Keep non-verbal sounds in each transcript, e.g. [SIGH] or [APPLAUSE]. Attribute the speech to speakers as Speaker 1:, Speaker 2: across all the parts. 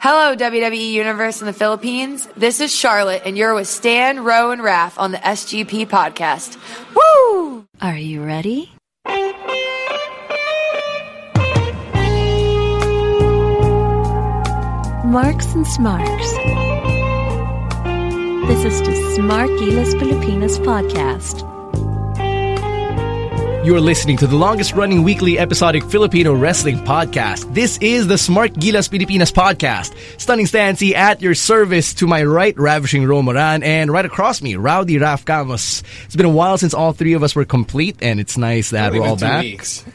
Speaker 1: Hello, WWE Universe in the Philippines. This is Charlotte, and you're with Stan, Rowe, and Raph on the SGP podcast. Woo!
Speaker 2: Are you ready?
Speaker 3: Marks and Smarks. This is the Smarkilas Filipinas podcast.
Speaker 4: You're listening to the longest running weekly episodic Filipino wrestling podcast. This is the Smart Gilas Pilipinas podcast. Stunning Stancy at your service to my right, Ravishing Ro Moran, and right across me, Rowdy Raf Camus. It's been a while since all three of us were complete, and it's nice that we're all back.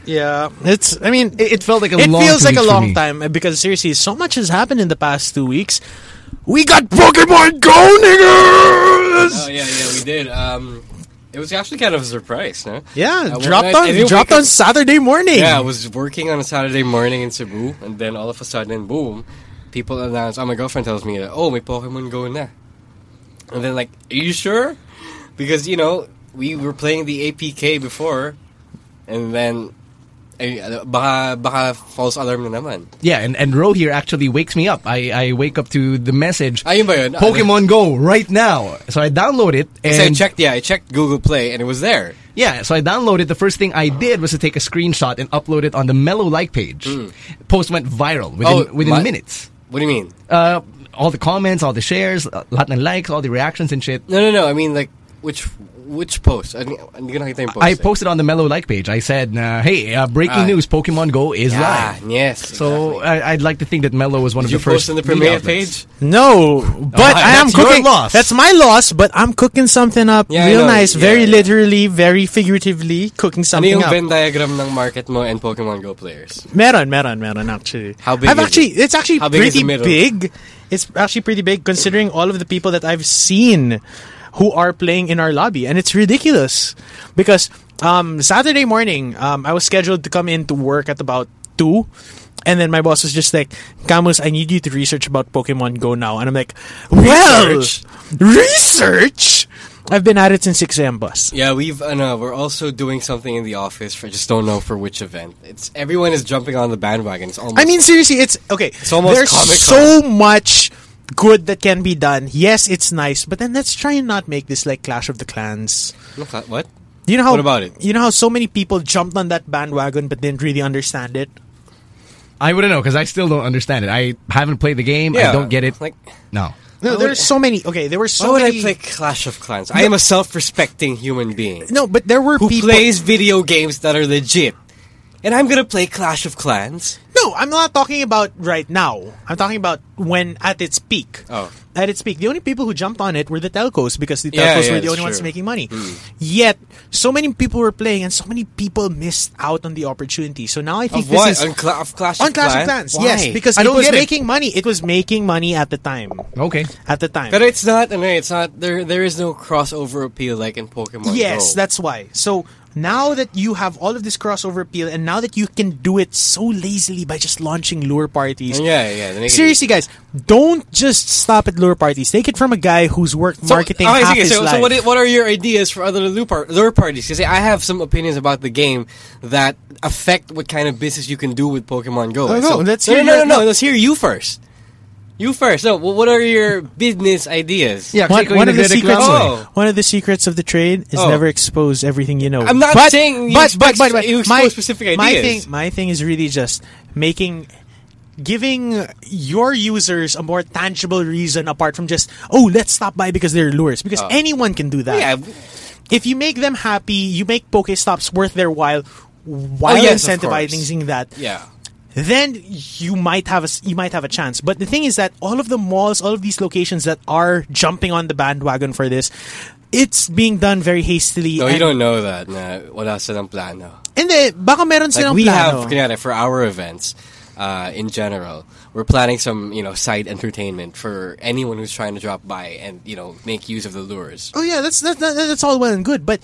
Speaker 5: Yeah, it's. I mean,
Speaker 4: It- it felt like a
Speaker 5: it
Speaker 4: long
Speaker 5: feels
Speaker 4: two
Speaker 5: like a
Speaker 4: weeks for
Speaker 5: long
Speaker 4: me.
Speaker 5: time eh, because seriously, so much has happened in the past two weeks. We got Pokemon Go, niggas.
Speaker 6: Oh yeah, yeah, we did. Um, it was actually kind of a surprise, no?
Speaker 5: yeah,
Speaker 6: Uh, one
Speaker 5: dropped
Speaker 6: night- I
Speaker 5: on
Speaker 6: didn't
Speaker 5: dropped
Speaker 6: wake
Speaker 5: on Saturday morning.
Speaker 6: up- Yeah, I was working on a Saturday morning in Cebu, and then all of a sudden, boom! People announce. Oh, my girlfriend tells me that oh, my Pokemon Go na. And then like, are you sure? Because you know we were playing the APK before, and then. Ay, ano, baka, baka false alarm na naman.
Speaker 4: Yeah, and, and Ro here actually wakes me up. I, I wake up to the message
Speaker 6: Ayun ba yun?
Speaker 4: Pokemon Go right now. So I download it,
Speaker 6: Kasi I
Speaker 4: and
Speaker 6: checked, yeah, I checked Google Play and it was there.
Speaker 4: Yeah, so I downloaded. The first thing I did was to take a screenshot and upload it on the Mellow Like page. Post went viral within,
Speaker 6: Hmm. Oh,
Speaker 4: within
Speaker 6: my-
Speaker 4: minutes.
Speaker 6: What do you mean?
Speaker 4: Uh, all the comments, all the shares, uh, lahat ng likes, all the reactions and shit.
Speaker 6: No, no, no. I mean, like, which which post? I mean, hindi ko nakita yung post.
Speaker 4: I
Speaker 6: eh.
Speaker 4: posted on the Mellow Like page. I said, uh, "Hey, uh, breaking
Speaker 6: Ah.
Speaker 4: news: Pokemon Go is
Speaker 6: Ah,
Speaker 4: live."
Speaker 6: yes.
Speaker 4: So
Speaker 5: uh,
Speaker 6: exactly.
Speaker 4: I, I'd like to think that Mellow was one
Speaker 6: did
Speaker 4: of
Speaker 6: you
Speaker 4: the first.
Speaker 6: post in the
Speaker 4: lead
Speaker 6: premiere
Speaker 4: outlets.
Speaker 6: page?
Speaker 5: No, but
Speaker 4: hi,
Speaker 5: I am
Speaker 4: that's your
Speaker 5: cooking.
Speaker 4: loss.
Speaker 5: That's my loss, but I'm cooking something up
Speaker 6: Yeah, I
Speaker 5: real
Speaker 6: know.
Speaker 5: nice,
Speaker 6: Yeah,
Speaker 5: very
Speaker 6: yeah.
Speaker 5: literally, very figuratively, cooking
Speaker 6: Ano
Speaker 5: something
Speaker 6: yung
Speaker 5: up.
Speaker 6: Venn diagram ng market mo and Pokemon Go players?
Speaker 5: Meron, meron, meron actually.
Speaker 6: How big
Speaker 5: I've
Speaker 6: is
Speaker 5: actually
Speaker 6: it?
Speaker 5: it's actually
Speaker 6: How big is
Speaker 5: pretty
Speaker 6: the middle?
Speaker 5: big. It's actually pretty big considering all of the people that I've seen who are playing in our lobby and it's ridiculous because um, Saturday morning um, I was scheduled to come in to work at about 2 and then my boss was just like, Camus, I need you to research about Pokemon Go now. And I'm like, well, research?
Speaker 6: Research?
Speaker 5: I've been at it since 6 a.m. bus.
Speaker 6: Yeah, we've ano, we're also doing something in the office. For, just don't know for which event. It's everyone is jumping on the bandwagon. It's almost.
Speaker 5: I mean, seriously, it's okay.
Speaker 6: almost
Speaker 5: there's
Speaker 6: Comic-Con.
Speaker 5: so much good that can be done. Yes, it's nice, but then let's try and not make this like Clash of the Clans.
Speaker 6: Look at- what?
Speaker 5: You know how
Speaker 6: What about it?
Speaker 5: You know how so many people jumped on that bandwagon but didn't really understand it.
Speaker 4: I wouldn't know because I still don't understand it. I haven't played the game. I
Speaker 6: Yeah,
Speaker 4: don't get it.
Speaker 6: like-
Speaker 4: no.
Speaker 5: No, there's so many. Okay, there were so
Speaker 6: Why would
Speaker 5: many.
Speaker 6: I play Clash of Clans? I am a self-respecting human being
Speaker 5: no, but there were
Speaker 6: who
Speaker 5: people.
Speaker 6: plays video games that are legit, and I'm gonna play Clash of Clans.
Speaker 5: No, I'm not talking about right now. I'm talking about when at its peak.
Speaker 6: Oh.
Speaker 5: At its peak. The only people who jumped on it were the telcos because the telcos
Speaker 6: Yeah, yeah,
Speaker 5: were the
Speaker 6: that's
Speaker 5: only ones
Speaker 6: true. Hmm.
Speaker 5: making money. Yet, so many people were playing and so many people missed out on the opportunity. So now I think
Speaker 6: Of
Speaker 5: this
Speaker 6: what?
Speaker 5: is
Speaker 6: on, Cla- of Clash
Speaker 5: on
Speaker 6: of
Speaker 5: Clash of
Speaker 6: Clans?
Speaker 5: Clans. Yes,
Speaker 6: Why?
Speaker 5: because
Speaker 4: I
Speaker 5: it
Speaker 4: don't
Speaker 5: was
Speaker 4: get it.
Speaker 5: making money. It was making money at the time.
Speaker 6: [LAUGHS]
Speaker 4: Okay.
Speaker 5: At the time.
Speaker 6: But it's not, ano, it's not, there, there is no crossover appeal like in Pokemon
Speaker 5: Yes,
Speaker 6: Go.
Speaker 5: that's why. So now that you have all of this crossover appeal, and now that you can do it so lazily by just launching lure parties,
Speaker 6: Yeah, yeah. they make it
Speaker 5: Seriously, guys, don't just stop at lure parties. Take it from a guy who's worked
Speaker 6: So-
Speaker 5: marketing
Speaker 6: okay,
Speaker 5: half
Speaker 6: sige,
Speaker 5: his
Speaker 6: so,
Speaker 5: life.
Speaker 6: so what, i- what are your ideas for other lure, par- lure parties? Because I have some opinions about the game that affect what kind of business you can do with Pokemon Go.
Speaker 5: Oh, No,
Speaker 6: So-
Speaker 5: no, let's
Speaker 6: no,
Speaker 5: hear
Speaker 6: no, no,
Speaker 5: your-
Speaker 6: no, Let's hear you first. You first. No, wh- what are your business ideas?
Speaker 4: Yeah.
Speaker 5: one,
Speaker 4: Actually,
Speaker 5: one of the
Speaker 4: they declare-
Speaker 5: secrets,
Speaker 6: Oh.
Speaker 5: one of the secrets of the trade is
Speaker 6: Oh.
Speaker 5: never expose everything you know.
Speaker 6: I'm not
Speaker 5: but,
Speaker 6: saying you
Speaker 5: but,
Speaker 6: expect-
Speaker 5: but, but, but,
Speaker 6: you expose
Speaker 5: my,
Speaker 6: specific
Speaker 5: my
Speaker 6: ideas.
Speaker 5: thing, my thing is really just making, giving your users a more tangible reason apart from just oh let's stop by because they're lures because anyone can do that.
Speaker 6: Oh. Yeah, w-
Speaker 5: if you make them happy, you make Pokestops worth their while while
Speaker 6: Oh, yes, of course.
Speaker 5: incentivizing that.
Speaker 6: yeah.
Speaker 5: Then you might have a s- you might have a chance. But the thing is that all of the malls, all of these locations that are jumping on the bandwagon for this, it's being done very hastily.
Speaker 6: No,
Speaker 5: and,
Speaker 6: you don't know that. Na, wala silang plano.
Speaker 5: And then, baka meron
Speaker 6: Like
Speaker 5: silang
Speaker 6: we
Speaker 5: plano.
Speaker 6: have kunyari, for our events, uh, in general. We're planning some, you know, side entertainment for anyone who's trying to drop by and, you know, make use of the lures.
Speaker 5: Oh yeah, that's that's that, that's all well and good, but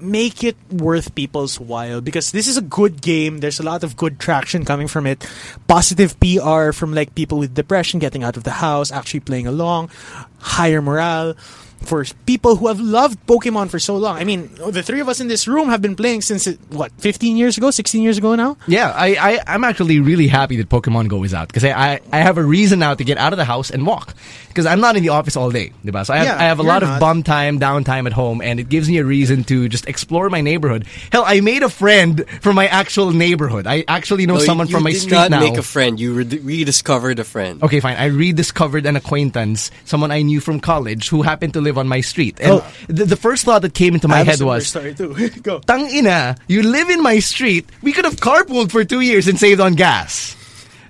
Speaker 5: make it worth people's while because this is a good game. There's a lot of good traction coming from it. Positive PR from like people with depression getting out of the house, actually playing along, higher morale for people who have loved Pokemon for so long. I mean, the three of us in this room have been playing since it, what 15 years ago, 16 years ago now.
Speaker 4: Yeah, I, I, I'm actually really happy that Pokemon Go is out because I, I, I have a reason now to get out of the house and walk because I'm not in the office all day. diba? So I have,
Speaker 5: Yeah,
Speaker 4: I have a
Speaker 5: you're
Speaker 4: lot
Speaker 5: not.
Speaker 4: of bum time, downtime at home, and it gives me a reason to just explore my neighborhood. Hell, I made a friend from my actual neighborhood. I actually know
Speaker 6: No, you-
Speaker 4: someone
Speaker 6: you
Speaker 4: from my
Speaker 6: did
Speaker 4: street
Speaker 6: not
Speaker 4: now.
Speaker 6: make a friend. You re- rediscovered a friend.
Speaker 4: Okay, fine. I rediscovered an acquaintance, someone I knew from college who happened to live on my street. And
Speaker 5: Oh.
Speaker 4: the, the first thought that came into
Speaker 5: I
Speaker 4: my
Speaker 5: have a
Speaker 4: head
Speaker 5: similar
Speaker 4: was,
Speaker 5: story too. [LAUGHS] Go.
Speaker 4: Tang ina, you live in my street. We could have carpooled for two years and saved on gas.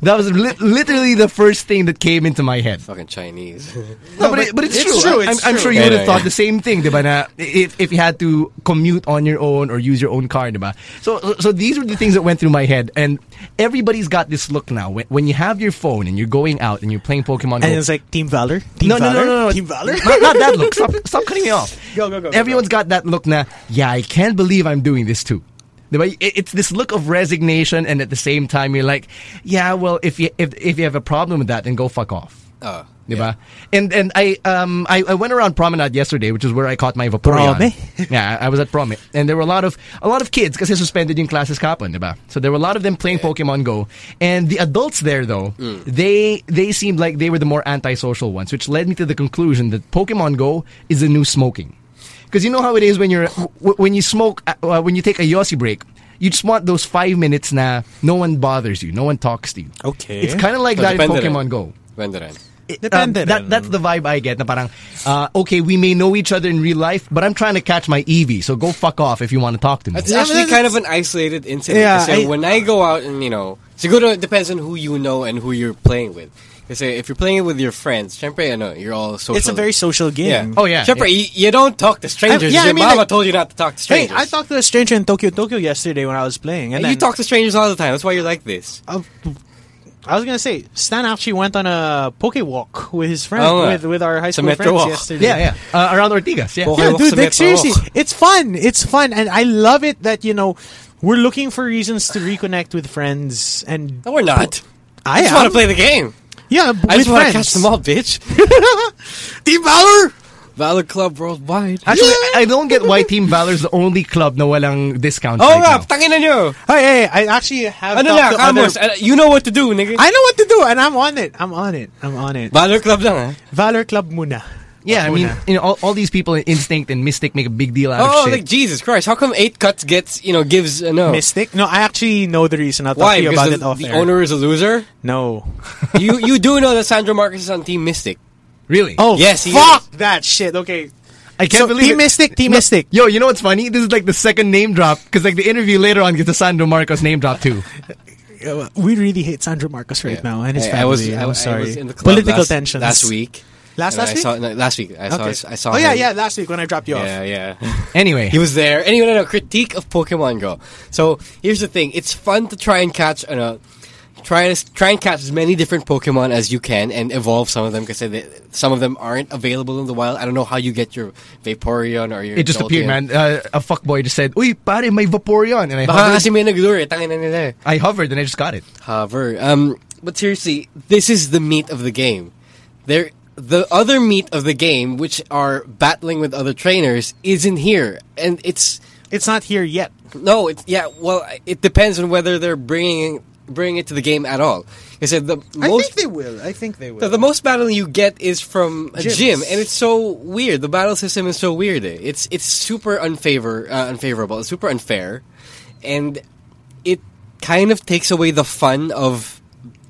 Speaker 4: That was li- literally the first thing that came into my head.
Speaker 6: Fucking Chinese. [LAUGHS]
Speaker 4: No, but, it, but it's,
Speaker 5: it's
Speaker 4: true.
Speaker 5: true,
Speaker 4: I-
Speaker 5: it's
Speaker 4: I'm, I'm
Speaker 5: true.
Speaker 4: sure you
Speaker 6: Yeah,
Speaker 4: would have
Speaker 6: yeah,
Speaker 4: thought
Speaker 6: yeah.
Speaker 4: the same thing, diba, na, if, if you had to commute on your own or use your own car. Diba? So, so these were the things that went through my head. And everybody's got this look now. When, when you have your phone and you're going out and you're playing Pokemon Go,
Speaker 5: And it's like Team Valor. Team
Speaker 4: no, no, no,
Speaker 5: Valor?
Speaker 4: no, no.
Speaker 5: Team Valor.
Speaker 4: Not, not that look. Stop, stop cutting me off.
Speaker 5: Go, go, go, go,
Speaker 4: Everyone's got that look now. Yeah, I can't believe I'm doing this too. Diba? It- It's this look of resignation, and at the same time, you're like, yeah, well, if you if, if you have a problem with that, then go fuck off.
Speaker 5: Oh,
Speaker 6: Uh,
Speaker 4: Diba? And and I um I, I went around Promenade yesterday, which is where I caught my Vaporeon.
Speaker 5: Prome?
Speaker 4: [LAUGHS] yeah, I was at Prome, and there were a lot of a lot of kids because suspended yung classes kapon, diba? So there were a lot of them playing Pokemon Go, and the adults there though
Speaker 6: Mm.
Speaker 4: they they seemed like they were the more antisocial ones, which led me to the conclusion that Pokemon Go is the new smoking, because you know how it is when you're w- when you smoke uh, uh, when you take a Yossi break. You just want those five minutes na no one bothers you, no one talks to you.
Speaker 5: [LAUGHS] Okay.
Speaker 4: It's kind of like
Speaker 6: So
Speaker 4: that in
Speaker 6: depende rin.
Speaker 4: Pokemon Go.
Speaker 6: Depende rin.
Speaker 4: It- um,
Speaker 5: Depende
Speaker 4: that,
Speaker 5: rin.
Speaker 4: that's the vibe I get. Na parang, uh, okay, we may know each other in real life, but I'm trying to catch my Eevee, so go fuck off if you want to talk to me.
Speaker 6: That's
Speaker 5: Yeah,
Speaker 6: actually
Speaker 5: but
Speaker 6: kind of an isolated incident.
Speaker 5: Yeah,
Speaker 6: kasi
Speaker 5: I-
Speaker 6: when I go out and, you know, siguro it depends on who you know and who you're playing with. Kasi if you're playing with your friends, syempre, ano, you're all social.
Speaker 5: It's a very social game.
Speaker 6: Yeah.
Speaker 4: Oh, yeah.
Speaker 6: Syempre, y- you don't talk to strangers.
Speaker 5: I- yeah, I
Speaker 6: Your
Speaker 5: mean,
Speaker 6: mama
Speaker 5: like-
Speaker 6: told you not to talk to
Speaker 5: Hey,
Speaker 6: strangers.
Speaker 5: I talked to a stranger in Tokyo, Tokyo yesterday when I was playing, and
Speaker 6: And you
Speaker 5: then-
Speaker 6: talk to strangers all the time. That's why you're like this.
Speaker 5: I I was gonna say Stan actually went on a poke walk with his friend
Speaker 6: Oh, yeah.
Speaker 5: with with our high
Speaker 6: It's a
Speaker 5: school
Speaker 6: metro
Speaker 5: friends
Speaker 6: walk.
Speaker 5: yesterday.
Speaker 4: yeah, yeah. Uh, around Ortigas, yeah.
Speaker 6: Poke-
Speaker 5: Yeah,
Speaker 6: walk [LAUGHS]
Speaker 5: dude,
Speaker 6: sa
Speaker 5: like
Speaker 6: metro
Speaker 5: seriously,
Speaker 6: walk.
Speaker 5: it's fun. It's fun, and I love it that you know we're looking for reasons to reconnect with friends, and
Speaker 6: No, we're not. I
Speaker 5: I
Speaker 6: just
Speaker 5: am.
Speaker 6: want to play the game.
Speaker 5: yeah, b-
Speaker 6: I just want
Speaker 5: with
Speaker 6: to
Speaker 5: friends.
Speaker 6: catch them all,
Speaker 5: [LAUGHS]
Speaker 6: bitch.
Speaker 5: Team Valor.
Speaker 6: Valor Club Worldwide.
Speaker 4: Actually, I- I don't get why Team Valor's the only club na walang discount
Speaker 6: oh,
Speaker 4: right
Speaker 6: rap,
Speaker 4: now.
Speaker 6: tangin na nyo.
Speaker 5: Hey, hey, Oh, I actually have.
Speaker 6: Ano
Speaker 5: talked
Speaker 6: na,
Speaker 5: to other-
Speaker 6: Camus, uh, you know what to do, nigga.
Speaker 5: I know what to do, and I'm on it. I'm on it. I'm on it.
Speaker 6: Valor Club lang, eh? ha?
Speaker 5: Valor Club muna.
Speaker 4: Yeah, I mean,
Speaker 5: Una.
Speaker 4: you know, all, all these people in Instinct and Mystic make a big deal out
Speaker 6: Oh,
Speaker 4: of shit.
Speaker 6: like, Jesus Christ. How come 8 cuts gets, you know, gives, uh, no.
Speaker 5: Mystic? No, I actually know the reason. I'll talk
Speaker 6: Why?
Speaker 5: to you
Speaker 6: Because
Speaker 5: about
Speaker 6: the,
Speaker 5: it off
Speaker 6: the
Speaker 5: air.
Speaker 6: owner is a
Speaker 5: [LAUGHS]
Speaker 6: loser?
Speaker 5: No.
Speaker 6: you you do know that Sandro Marcus is on Team Mystic.
Speaker 4: really?
Speaker 5: Oh,
Speaker 6: Yes, he
Speaker 5: fuck
Speaker 6: is.
Speaker 5: that shit. Okay.
Speaker 4: I can't
Speaker 5: so,
Speaker 4: believe
Speaker 5: Team
Speaker 4: it.
Speaker 5: Mystic, Team
Speaker 4: No,
Speaker 5: Mystic.
Speaker 4: Yo, you know what's funny? This is like the second name drop because like the interview later on gets a Sandro Marcos name drop too.
Speaker 5: We really hate Sandro Marcos
Speaker 6: Yeah.
Speaker 5: right now and his
Speaker 6: I-
Speaker 5: family.
Speaker 6: I was, I,
Speaker 5: am
Speaker 6: was- I
Speaker 5: sorry.
Speaker 6: was in the club
Speaker 5: Political
Speaker 6: last,
Speaker 5: tensions.
Speaker 6: last week.
Speaker 5: Last-
Speaker 6: And
Speaker 5: last
Speaker 6: I
Speaker 5: week?
Speaker 6: Saw, no, last week. I
Speaker 5: Okay.
Speaker 6: saw. I saw.
Speaker 5: oh yeah,
Speaker 6: him.
Speaker 5: yeah. Last week when I dropped you
Speaker 6: yeah,
Speaker 5: off.
Speaker 6: yeah. [LAUGHS]
Speaker 4: Anyway,
Speaker 6: He was there. Anyway, no, no, critique of Pokemon Go. So here's the thing: it's fun to try and catch, you know, try to try and catch as many different Pokemon as you can and evolve some of them because some of them aren't available in the wild. I don't know how you get your Vaporeon or your.
Speaker 4: it just appeared,
Speaker 6: Jolteon.
Speaker 4: man. Uh, a fuckboy just said, "Uy, pare, may Vaporeon," and I
Speaker 6: Baka
Speaker 4: hovered,
Speaker 6: kasi may naglure, eh. tangina nila. eh.
Speaker 4: I hovered and I just got it.
Speaker 6: However, um, but seriously, this is the meat of the game. There, the other meat of the game, which are battling with other trainers, isn't here, and it's
Speaker 5: It's not here yet.
Speaker 6: no, it's yeah. Well, it depends on whether they're bringing bringing it to the game at all. I said the most
Speaker 5: will. I think they will.
Speaker 6: the, the most battling you get is from a
Speaker 5: Gyms.
Speaker 6: gym, and it's so weird. The battle system is so weird. eh. It's it's super unfavor uh, unfavorable. It's super unfair, and it kind of takes away the fun of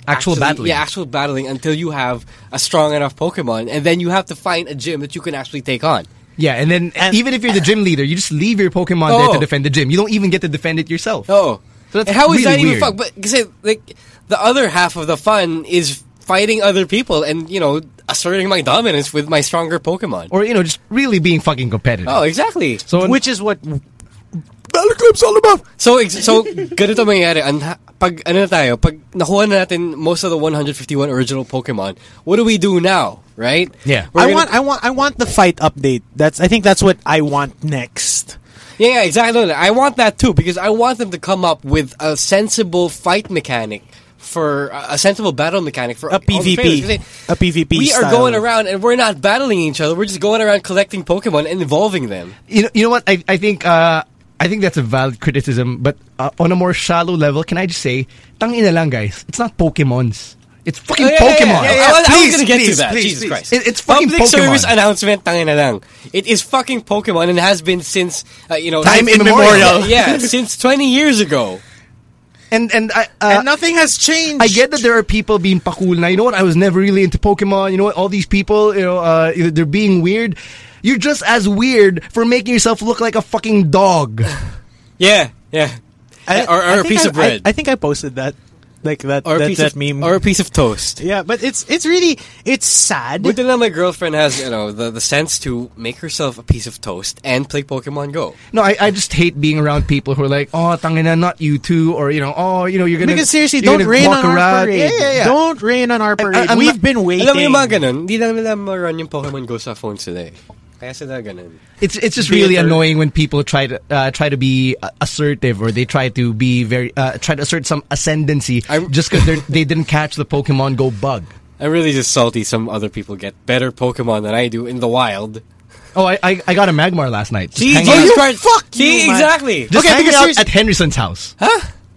Speaker 4: Actual
Speaker 6: actually-
Speaker 4: battling.
Speaker 6: Yeah, actual battling until you have a strong enough Pokemon, and then you have to find a gym that you can actually take on.
Speaker 4: Yeah, and then
Speaker 5: And-
Speaker 4: even if you're the gym leader, you just leave your Pokemon there
Speaker 6: Oh.
Speaker 4: to defend the gym. You don't even get to defend it yourself.
Speaker 6: Oh,
Speaker 4: So that's
Speaker 6: and how
Speaker 4: really
Speaker 6: is that even
Speaker 4: weird.
Speaker 6: fun? But because like the other half of the fun is fighting other people and you know asserting my dominance with my stronger Pokemon.
Speaker 4: Or you know, just really being fucking competitive.
Speaker 6: oh, exactly.
Speaker 4: so
Speaker 5: Which is what
Speaker 4: Battle Club's all about.
Speaker 6: So, ex- so ganito mangyayari. An- pag, ano na tayo, pag nakuha na natin most of the 151 original Pokemon, what do we do now, right?
Speaker 4: Yeah.
Speaker 6: We're
Speaker 5: I
Speaker 6: gonna-
Speaker 5: want, I want, I want the fight update. That's, I think that's what I want next.
Speaker 6: Yeah, yeah, exactly. No, I want that too because I want them to come up with a sensible fight mechanic for a sensible battle mechanic for
Speaker 5: A
Speaker 6: all the
Speaker 5: PvP.
Speaker 6: trailers. Because they-
Speaker 5: A PvP
Speaker 6: We are
Speaker 5: style.
Speaker 6: going around and we're not battling each other. We're just going around collecting Pokemon and evolving them.
Speaker 4: You know, you know what? I, I think uh, I think that's a valid criticism, but uh, on a more shallow level, can I just say, tangina lang, guys. It's not Pokemon's. It's fucking
Speaker 6: Oh, yeah, yeah,
Speaker 4: Pokemon.
Speaker 6: yeah, yeah, yeah. I was- I was
Speaker 4: Please,
Speaker 6: gonna get to
Speaker 4: please,
Speaker 6: that.
Speaker 4: please,
Speaker 6: Jesus
Speaker 4: please.
Speaker 6: Christ.
Speaker 4: It- it's fucking
Speaker 6: Public
Speaker 4: Pokemon.
Speaker 6: service announcement, tangin na lang. It is fucking Pokemon and has been since uh, you know
Speaker 4: Time
Speaker 6: since-
Speaker 4: immemorial.
Speaker 6: Yeah, [LAUGHS] yeah, since twenty years ago.
Speaker 4: and and I uh,
Speaker 5: and nothing has changed.
Speaker 4: I get that there are people being pakul now. You know what? I was never really into Pokemon. You know what? All these people, you know, uh, they're being weird. You're just as weird for making yourself look like a fucking
Speaker 5: [LAUGHS]
Speaker 4: dog.
Speaker 6: Yeah, yeah. or or a
Speaker 5: think
Speaker 6: piece
Speaker 5: I-
Speaker 6: of bread.
Speaker 5: I, I think I posted that, like that,
Speaker 6: or a
Speaker 5: that,
Speaker 6: piece
Speaker 5: that
Speaker 6: of
Speaker 5: meme.
Speaker 6: Or a piece of toast.
Speaker 5: yeah, but it's, it's really, it's sad.
Speaker 6: But then my girlfriend has, you know, the, the sense to make herself a piece of toast and play Pokemon Go.
Speaker 4: No, I, I just hate being around people who are like, oh, tangina, not you too, or you know, oh, you know, you're gonna
Speaker 5: because seriously,
Speaker 4: you're
Speaker 5: don't
Speaker 4: gonna
Speaker 5: rain
Speaker 4: walk
Speaker 5: on our
Speaker 4: around.
Speaker 5: parade.
Speaker 4: Yeah, yeah, yeah.
Speaker 5: Don't rain on our parade.
Speaker 4: I'm
Speaker 5: We've
Speaker 4: not-
Speaker 5: been waiting.
Speaker 6: Alam mo yung mga ganun, hindi lang nila ma-run yung Pokemon Go sa phones today. Kaya sila ganun.
Speaker 4: It's it's just really
Speaker 5: Bitter.
Speaker 4: annoying when people try to uh, try to be uh, assertive or they try to be very uh, try to assert some ascendancy
Speaker 6: I'm-
Speaker 4: just because they didn't catch the Pokemon Go bug.
Speaker 6: I'm really just salty some other people get better Pokemon than I do in the wild.
Speaker 4: Oh, I I, I got a Magmar last night. Just
Speaker 6: See,
Speaker 4: hanging
Speaker 6: Jesus
Speaker 4: out,
Speaker 6: Christ.
Speaker 5: fuck
Speaker 6: See,
Speaker 5: you, man.
Speaker 6: exactly.
Speaker 4: just
Speaker 5: Okay,
Speaker 4: hanging
Speaker 5: because
Speaker 4: out
Speaker 5: seriously-
Speaker 4: at Henderson's house.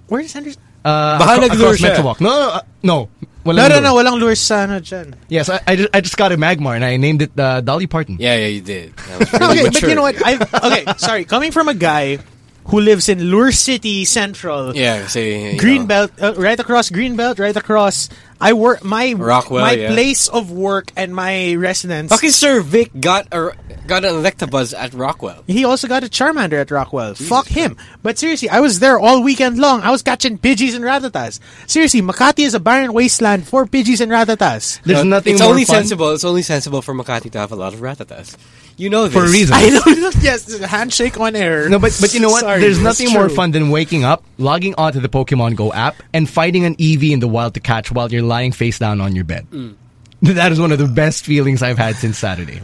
Speaker 5: Where is Henderson?
Speaker 4: Uh,
Speaker 6: Baka
Speaker 4: acro-
Speaker 6: naglure
Speaker 4: across
Speaker 6: siya.
Speaker 4: Metro Walk. No, no, uh, no. Walang
Speaker 5: No, no,
Speaker 4: lure.
Speaker 5: no. Walang lure sa ano dyan.
Speaker 4: Yes, I, I, just, I just got a Magmar and I named it uh, Dolly Parton.
Speaker 6: Yeah, yeah, you did. That was really
Speaker 5: [LAUGHS] okay, but
Speaker 6: mature.
Speaker 5: you know what? I
Speaker 6: [LAUGHS]
Speaker 5: okay. Sorry, coming from a guy who lives in Lure City Central,
Speaker 6: Yeah, see,
Speaker 5: Greenbelt, uh, right across Greenbelt, right across. I work my
Speaker 6: Rockwell,
Speaker 5: my
Speaker 6: yeah.
Speaker 5: place of work and my residence.
Speaker 6: Fucking Sir Vic got a, got an Electabuzz at Rockwell.
Speaker 5: He also got a Charmander at Rockwell. Fuck him. But seriously, I was there all weekend long. I was catching Pidgeys and Ratatas. Seriously, Makati is a barren wasteland for Pidgeys and Ratatas.
Speaker 4: There's
Speaker 6: No,
Speaker 4: nothing
Speaker 6: It's
Speaker 4: more
Speaker 6: only
Speaker 4: fun.
Speaker 6: sensible. It's only sensible for Makati to have a lot of Ratatas. You know this
Speaker 4: For a reason.
Speaker 5: [LAUGHS] I don't know. Yes, there's a handshake on air.
Speaker 4: No, but but you know what?
Speaker 5: Sorry,
Speaker 4: There's
Speaker 5: that's
Speaker 4: nothing more
Speaker 5: true.
Speaker 4: fun than waking up, logging onto the Pokemon Go app, and fighting an EV in the wild to catch while you're lying face down on your bed.
Speaker 5: Mm.
Speaker 4: [LAUGHS] That is one of the best feelings I've had since Saturday.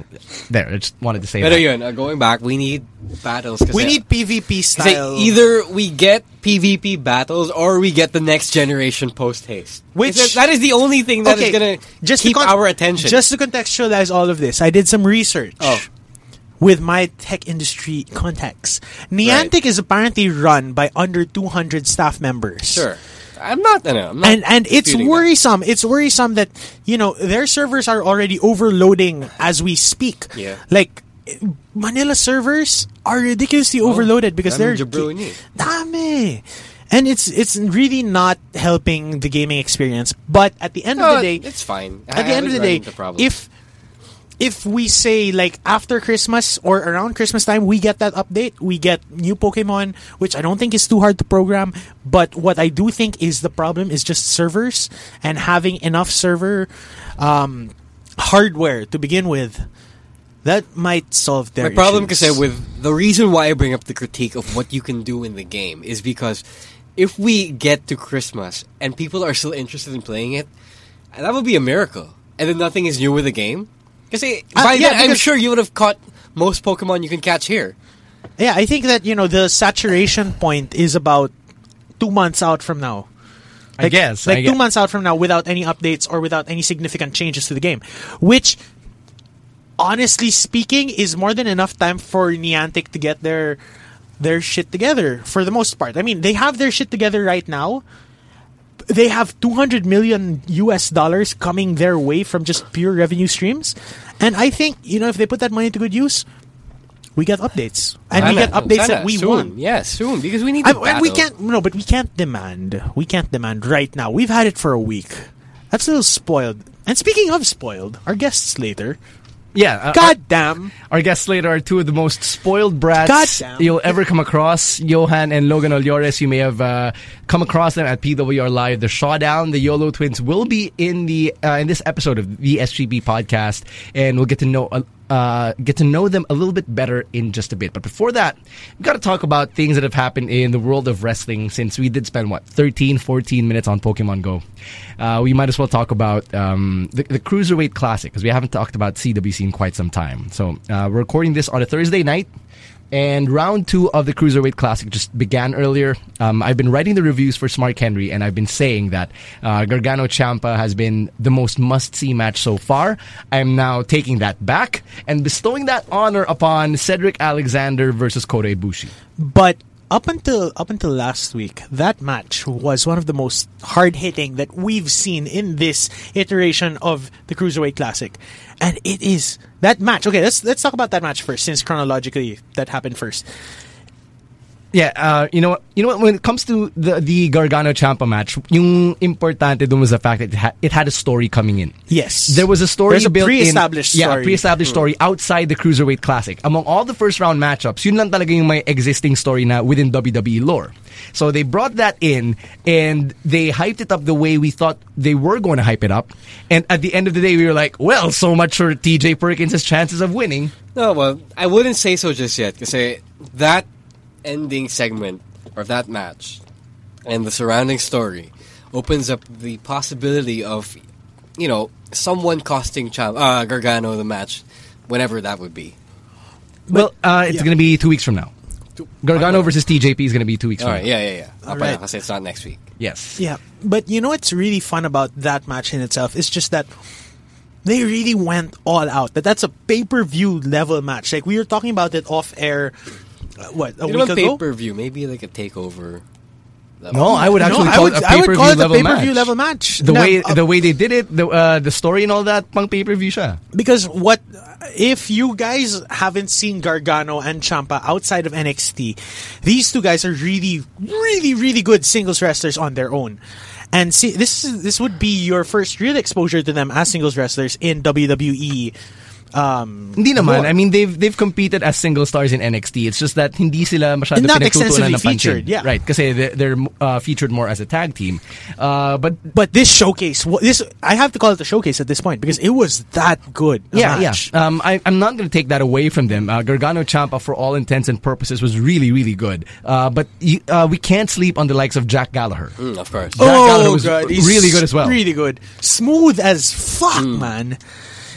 Speaker 4: There, I just wanted to say
Speaker 6: Pero
Speaker 4: that.
Speaker 6: yun, uh, going back, we need battles. Kasi,
Speaker 5: We need PvP
Speaker 6: kasi
Speaker 5: style.
Speaker 6: either we get PvP battles or we get the next generation post haste.
Speaker 5: Which-
Speaker 6: that is the only thing that is gonna
Speaker 5: just to
Speaker 6: keep
Speaker 5: con-
Speaker 6: our attention.
Speaker 5: Just to contextualize all of this, I did some research
Speaker 6: Oh.
Speaker 5: with my tech industry contacts. Niantic is apparently run by under 200 staff members.
Speaker 6: sure. I'm not. I know, I'm not
Speaker 5: And and it's
Speaker 6: disputing that.
Speaker 5: worrisome. It's worrisome that you know their servers are already overloading as we speak.
Speaker 6: Yeah.
Speaker 5: Like Manila servers are ridiculously overloaded because
Speaker 6: Oh, dami
Speaker 5: they're
Speaker 6: Jabroni eh.
Speaker 5: Dami. And it's it's really not helping the gaming experience. But at the end
Speaker 6: No,
Speaker 5: of the day,
Speaker 6: Uh, it's fine. I
Speaker 5: At the end
Speaker 6: haven't
Speaker 5: of the
Speaker 6: run
Speaker 5: day,
Speaker 6: into problems.
Speaker 5: if if we say like after Christmas or around Christmas time, we get that update. We get new Pokemon, which I don't think is too hard to program. But what I do think is the problem is just servers and having enough server um, hardware to begin with. That might solve their
Speaker 6: My problem,
Speaker 5: issues.
Speaker 6: kasi, with the reason why I bring up the critique of what you can do in the game is because if we get to Christmas and people are still interested in playing it, that would be a miracle. And then nothing is new with the game. Kasi,
Speaker 5: Ah,
Speaker 6: by
Speaker 5: yeah,
Speaker 6: then, I'm
Speaker 5: because-
Speaker 6: sure you would have caught most Pokemon you can catch here.
Speaker 5: yeah, I think that you know the saturation point is about two months out from now.
Speaker 4: I guess. I
Speaker 5: like
Speaker 4: guess.
Speaker 5: two months out from now without any updates or without any significant changes to the game which honestly speaking is more than enough time for Niantic to get their their shit together for the most part i mean they have their shit together right now they have 200 million US dollars coming their way from just pure revenue streams and i think you know if they put that money to good use we get updates and
Speaker 6: Sana,
Speaker 5: we get updates
Speaker 6: sana,
Speaker 5: that we
Speaker 6: soon.
Speaker 5: want
Speaker 6: Yeah, soon. Because we need
Speaker 5: I,
Speaker 6: to
Speaker 5: and we
Speaker 6: battle.
Speaker 5: can't no, but we can't demand. We can't demand right now. We've had it for a week. That's a little spoiled. And speaking of spoiled, our guests later.
Speaker 4: yeah. uh,
Speaker 5: God damn.
Speaker 4: Our, our guests later are two of the most spoiled brats
Speaker 5: Goddamn.
Speaker 4: you'll ever come across. Johan and Logan Oliores. You may have uh, come across them at PWR Live. The Shawdown, the YOLO twins, will be in the uh, in this episode of the SGB podcast, and we'll get to know. A, uh, get to know them a little bit better in just a bit. But before that, we've got to talk about things that have happened in the world of wrestling since we did spend, what, 13, 14 minutes on Pokemon Go. Uh, we might as well talk about um, the, the Cruiserweight Classic because we haven't talked about CWC in quite some time. So uh, we're recording this on a Thursday night. And round two of the Cruiserweight Classic just began earlier. Um, I've been writing the reviews for Smart Henry, and I've been saying that uh, Gargano Champa has been the most must see match so far. I am now taking that back and bestowing that honor upon Cedric Alexander versus Kota Ibushi.
Speaker 5: But up until up until last week, that match was one of the most hard hitting that we've seen in this iteration of the Cruiserweight Classic, and it is that match. Okay, let's let's talk about that match first, since chronologically that happened first.
Speaker 4: Yeah, uh, you know what? You know what? When it comes to the the Gargano Champa match, yung importante dun was the fact that it, ha- it had a story coming in.
Speaker 5: Yes.
Speaker 4: there was a story.
Speaker 5: There's a
Speaker 4: built in-
Speaker 5: pre-established
Speaker 4: yeah,
Speaker 5: story. Hmm.
Speaker 4: a pre-established story outside the cruiserweight classic. Among all the first round matchups, yun lang talaga yung may existing story na within WWE lore. So they brought that in and they hyped it up the way we thought they were going to hype it up. And at the end of the day, we were like, well, so much for T.J. Perkins' chances of winning.
Speaker 6: No, well, I wouldn't say so just yet. Because that ending segment or that match and the surrounding story opens up the possibility of, you know, someone costing Cham- uh, Gargano the match, whenever that would be.
Speaker 4: Well, uh, it's going to be two weeks from now. Gargano versus TJP is going to be two weeks
Speaker 6: All
Speaker 4: from
Speaker 6: right,
Speaker 4: now.
Speaker 6: yeah, yeah, yeah. I'll
Speaker 5: right.
Speaker 6: I'll say it's not next week.
Speaker 4: Yes.
Speaker 5: Yeah, but you know what's really fun about that match in itself is just that they really went all out. That that's a pay per view level match. Like we were talking about it off air. uh, What a
Speaker 6: You
Speaker 5: week
Speaker 6: know,
Speaker 5: ago?
Speaker 6: pay per view, maybe like a takeover. level.
Speaker 4: No, I would
Speaker 5: No,
Speaker 4: actually
Speaker 5: I
Speaker 4: call
Speaker 5: would-
Speaker 4: it a
Speaker 5: I would
Speaker 4: pay-per-view
Speaker 5: call it a
Speaker 4: level
Speaker 5: pay-per-view
Speaker 4: match.
Speaker 5: level match.
Speaker 4: The
Speaker 5: Now,
Speaker 4: way
Speaker 5: uh,
Speaker 4: the way they did it, the uh, the story and all that, pang pay per view siya.
Speaker 5: because what if you guys haven't seen Gargano and Champa outside of NXT? These two guys are really, really, really good singles wrestlers on their own. And see, this is, this would be your first real exposure to them as singles wrestlers in E. WWE. Um,
Speaker 4: Hindi naman.
Speaker 5: Lore.
Speaker 4: I mean, they've they've competed as single stars in NXT. It's just that hindi sila masyado
Speaker 5: And not
Speaker 4: pinagtutuunan
Speaker 5: extensively
Speaker 4: ng pansin.
Speaker 5: featured, yeah.
Speaker 4: Right, kasi they're, they're uh, featured more as a tag team. Uh, but
Speaker 5: but this showcase, wa- this I have to call it a showcase at this point because it was that good. a
Speaker 4: yeah,
Speaker 5: match.
Speaker 4: yeah. Um, I, I'm not going to take that away from them. Uh, Gargano Champa, for all intents and purposes, was really, really good. Uh, but you, uh, we can't sleep on the likes of Jack Gallagher.
Speaker 6: Mm, of course.
Speaker 4: Jack Gallagher
Speaker 5: Oh,
Speaker 4: was
Speaker 5: God. He's
Speaker 4: really good as well.
Speaker 5: Really good. Smooth as fuck,
Speaker 6: Mm.
Speaker 5: man.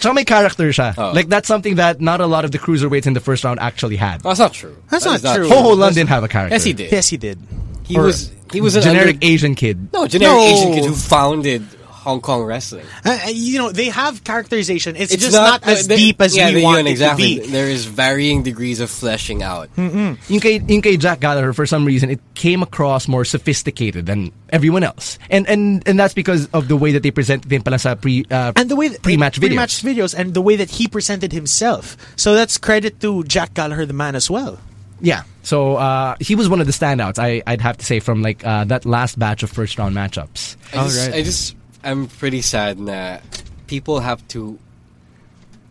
Speaker 4: Tsaka may character siya.
Speaker 5: Oh.
Speaker 4: Like, that's something that not a lot of the cruiserweights in the first round actually had.
Speaker 6: That's not true.
Speaker 5: That's
Speaker 6: That
Speaker 5: not
Speaker 6: is
Speaker 5: true.
Speaker 4: Ho Ho Lund didn't have a character.
Speaker 6: Yes, he did.
Speaker 5: Yes, he did.
Speaker 6: he was. He was an
Speaker 4: generic
Speaker 6: under-
Speaker 4: Asian kid.
Speaker 6: No, generic
Speaker 5: No.
Speaker 6: Asian kid who founded Hong Kong wrestling.
Speaker 5: Uh, uh, you know, they have characterization. It's, just not, as
Speaker 6: they-
Speaker 5: deep as
Speaker 6: yeah,
Speaker 5: we
Speaker 6: they-
Speaker 5: want it
Speaker 6: exactly.
Speaker 5: to be.
Speaker 6: There is varying degrees of fleshing out.
Speaker 5: Hmm.
Speaker 4: Yung kay, yung kay Jack Gallagher, for some reason, it came across more sophisticated than everyone else. And and and that's because of the way that they presented him pala sa pre, uh,
Speaker 5: And the way that,
Speaker 4: pre-match videos.
Speaker 5: pre-match videos and the way that he presented himself. So that's credit to Jack Gallagher, the man, as well.
Speaker 4: Yeah. So uh, he was one of the standouts, I, I'd have to say, from like uh, that last batch of first round matchups.
Speaker 6: I just,
Speaker 5: Alright.
Speaker 6: I just, I'm pretty sad that people have to,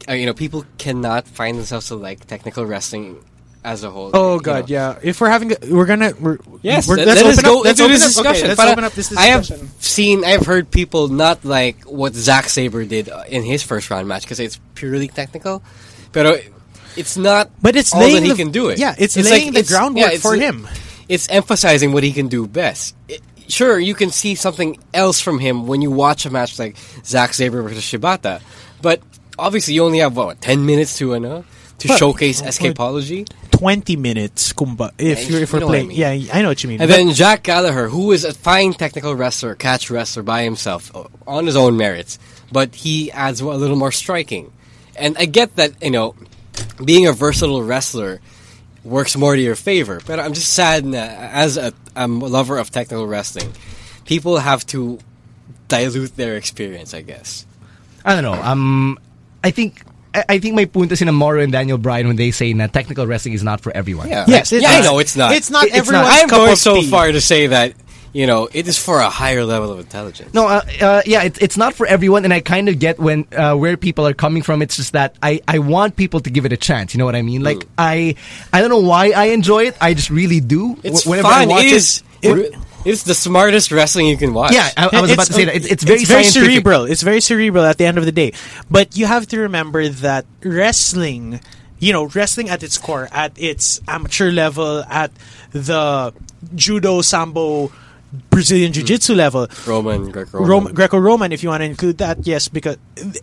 Speaker 6: uh, you know, people cannot find themselves to like technical wrestling as a whole.
Speaker 5: Oh
Speaker 6: You
Speaker 5: God,
Speaker 6: know.
Speaker 5: yeah. If we're having, a, we're gonna, we're,
Speaker 6: Yes,
Speaker 5: we're,
Speaker 6: let,
Speaker 5: let's
Speaker 6: let
Speaker 5: open
Speaker 6: us go. let's
Speaker 5: up. Let's
Speaker 6: do
Speaker 5: open
Speaker 6: this
Speaker 5: up.
Speaker 6: discussion.
Speaker 5: Okay, let's
Speaker 6: Para-
Speaker 5: open up this
Speaker 6: I have
Speaker 5: discussion.
Speaker 6: seen, I've heard people not like what Zack Saber did uh, in his first round match because it's purely technical, but it's not.
Speaker 5: But it's
Speaker 6: all
Speaker 5: laying
Speaker 6: that he
Speaker 5: the-
Speaker 6: can do it.
Speaker 5: yeah, it's laying the groundwork
Speaker 6: it's-
Speaker 5: for him.
Speaker 6: It's emphasizing what he can do best. It- sure, you can see something else from him when you watch a match like Zack Saber versus Shibata, but obviously you only have what ten minutes to uh, to
Speaker 5: Well,
Speaker 6: showcase
Speaker 5: well,
Speaker 6: escapology.
Speaker 5: Twenty minutes, kumba. If
Speaker 6: Yeah,
Speaker 5: you're, if
Speaker 6: you
Speaker 5: we're
Speaker 6: know what I
Speaker 5: playing, yeah, I know what you mean.
Speaker 6: And
Speaker 5: But-
Speaker 6: then Jack Gallagher, who is a fine technical wrestler, catch wrestler by himself o- on his own merits, but he adds a little more striking. And I get that, you know, being a versatile wrestler works more to your favor, but I'm just sad that as a, a lover of technical wrestling, people have to dilute their experience, I guess.
Speaker 4: I don't know. Um, I think I, I think my punta si Namoro and Daniel Bryan when they say that technical wrestling is not for everyone.
Speaker 6: Yeah.
Speaker 5: yes, it's
Speaker 6: yeah, I
Speaker 5: not-
Speaker 6: know it's not.
Speaker 5: It's not
Speaker 4: It's not.
Speaker 5: everyone's
Speaker 6: I'm
Speaker 5: cup
Speaker 6: going
Speaker 5: of
Speaker 6: so
Speaker 5: tea.
Speaker 6: far to say that, you know, it is for a higher level of intelligence.
Speaker 4: No, uh, uh, yeah, it's it's not for everyone, and I kind of get when uh, where people are coming from. It's just that I, I want people to give it a chance. You know what I mean? Like
Speaker 6: Mm.
Speaker 4: I I don't know why I enjoy it. I just really do.
Speaker 6: It's
Speaker 4: Wh- whenever I
Speaker 6: fun.
Speaker 4: watch
Speaker 6: It is.
Speaker 4: it-
Speaker 6: it- It's the smartest wrestling you can watch.
Speaker 4: Yeah, I, I was
Speaker 5: It's-
Speaker 4: about to say that. It's, it's very scientific.
Speaker 5: cerebral. It's very cerebral at the end of the day. But you have to remember that wrestling, you know, wrestling at its core, at its amateur level, at the judo, sambo, Brazilian jiu-jitsu level,
Speaker 6: Roman, Greco-Roman.
Speaker 5: Rome, Greco-Roman, if you want to include that, yes, because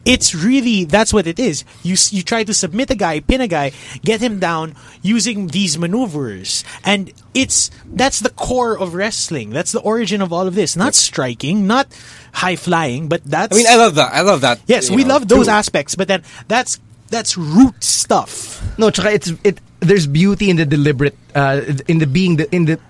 Speaker 5: it's really that's what it is. You s- you try to submit a guy, pin a guy, get him down using these maneuvers, and it's that's the core of wrestling. That's the origin of all of this. Not striking, not high flying, but that's.
Speaker 6: I mean, I love that. I love that.
Speaker 5: yes,
Speaker 6: you
Speaker 5: we
Speaker 6: know,
Speaker 5: love those
Speaker 6: too.
Speaker 5: aspects, but then that's that's root stuff.
Speaker 4: No, tsaka it's it. There's beauty in the deliberate, uh, in the being the in the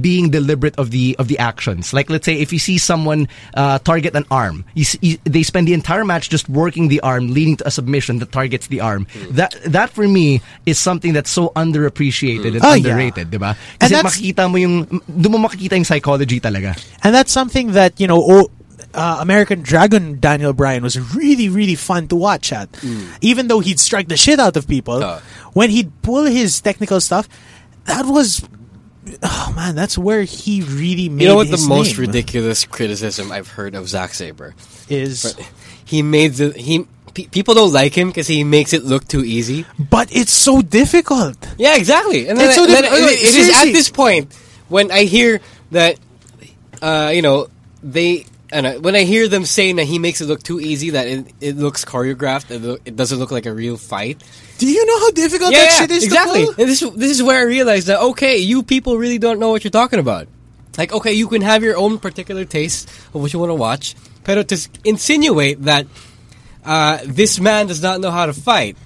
Speaker 4: being deliberate of the of the actions. Like let's say if you see someone uh, target an arm, you see, you- they spend the entire match just working the arm, leading to a submission that targets the arm. That that for me is something that's so underappreciated and
Speaker 5: Oh, yeah.
Speaker 4: underrated, di ba?
Speaker 5: And
Speaker 4: Kasi
Speaker 5: that's-
Speaker 4: makikita mo yung doon mo makikita yung psychology talaga.
Speaker 5: And that's something that, you know, oh, uh, American Dragon Daniel Bryan was really, really fun to watch at. Even though he'd strike the shit out of people,
Speaker 6: Mm. Uh.
Speaker 5: when he'd pull his technical stuff, that was. Oh man, that's where he really made
Speaker 6: You know what
Speaker 5: his
Speaker 6: the most
Speaker 5: name
Speaker 6: ridiculous criticism I've heard of Zack Saber?
Speaker 5: is,
Speaker 6: He made the he pe- people don't like him because he makes it look too easy.
Speaker 5: but it's so difficult.
Speaker 6: Yeah, exactly. And then,
Speaker 5: It's so
Speaker 6: and then
Speaker 5: different.
Speaker 6: it- it is
Speaker 5: Seriously.
Speaker 6: at this point when I hear that, uh, you know, they and I, when I hear them saying that he makes it look too easy, that it, it looks choreographed, it, look, it doesn't look like a real fight.
Speaker 5: Do you know how difficult
Speaker 6: yeah,
Speaker 5: that
Speaker 6: yeah,
Speaker 5: shit is? to
Speaker 6: exactly.
Speaker 5: pull?
Speaker 6: And this this is where I realized that okay, you people really don't know what you're talking about. Like okay, you can have your own particular taste of what you want to watch, but to s- insinuate that uh, this man does not know how to fight.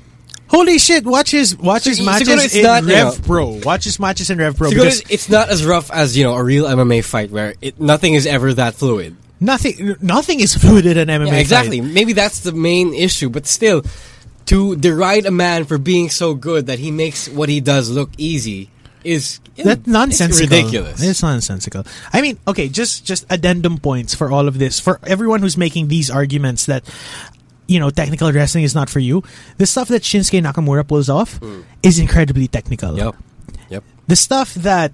Speaker 5: Holy shit! Watch his watch his
Speaker 6: So, siguro
Speaker 5: matches
Speaker 6: it's
Speaker 5: in
Speaker 6: not, you know-
Speaker 5: Rev Pro. Watch his matches in Rev Pro.
Speaker 6: To go to-
Speaker 5: because
Speaker 6: it's not as rough as you know a real MMA fight where it, nothing is ever that fluid.
Speaker 5: nothing nothing is fluid in an MMA.
Speaker 6: Yeah,
Speaker 5: fight.
Speaker 6: exactly. Maybe that's the main issue, but still, to deride a man for being so good that he makes what he does look easy is you know,
Speaker 5: That's nonsensical.
Speaker 6: It's ridiculous.
Speaker 5: It's nonsensical. I mean, okay, just just addendum points for all of this for everyone who's making these arguments that you know technical wrestling is not for you. The stuff that Shinsuke Nakamura pulls off
Speaker 6: Hmm.
Speaker 5: is incredibly technical.
Speaker 6: yep. Yep.
Speaker 5: The stuff that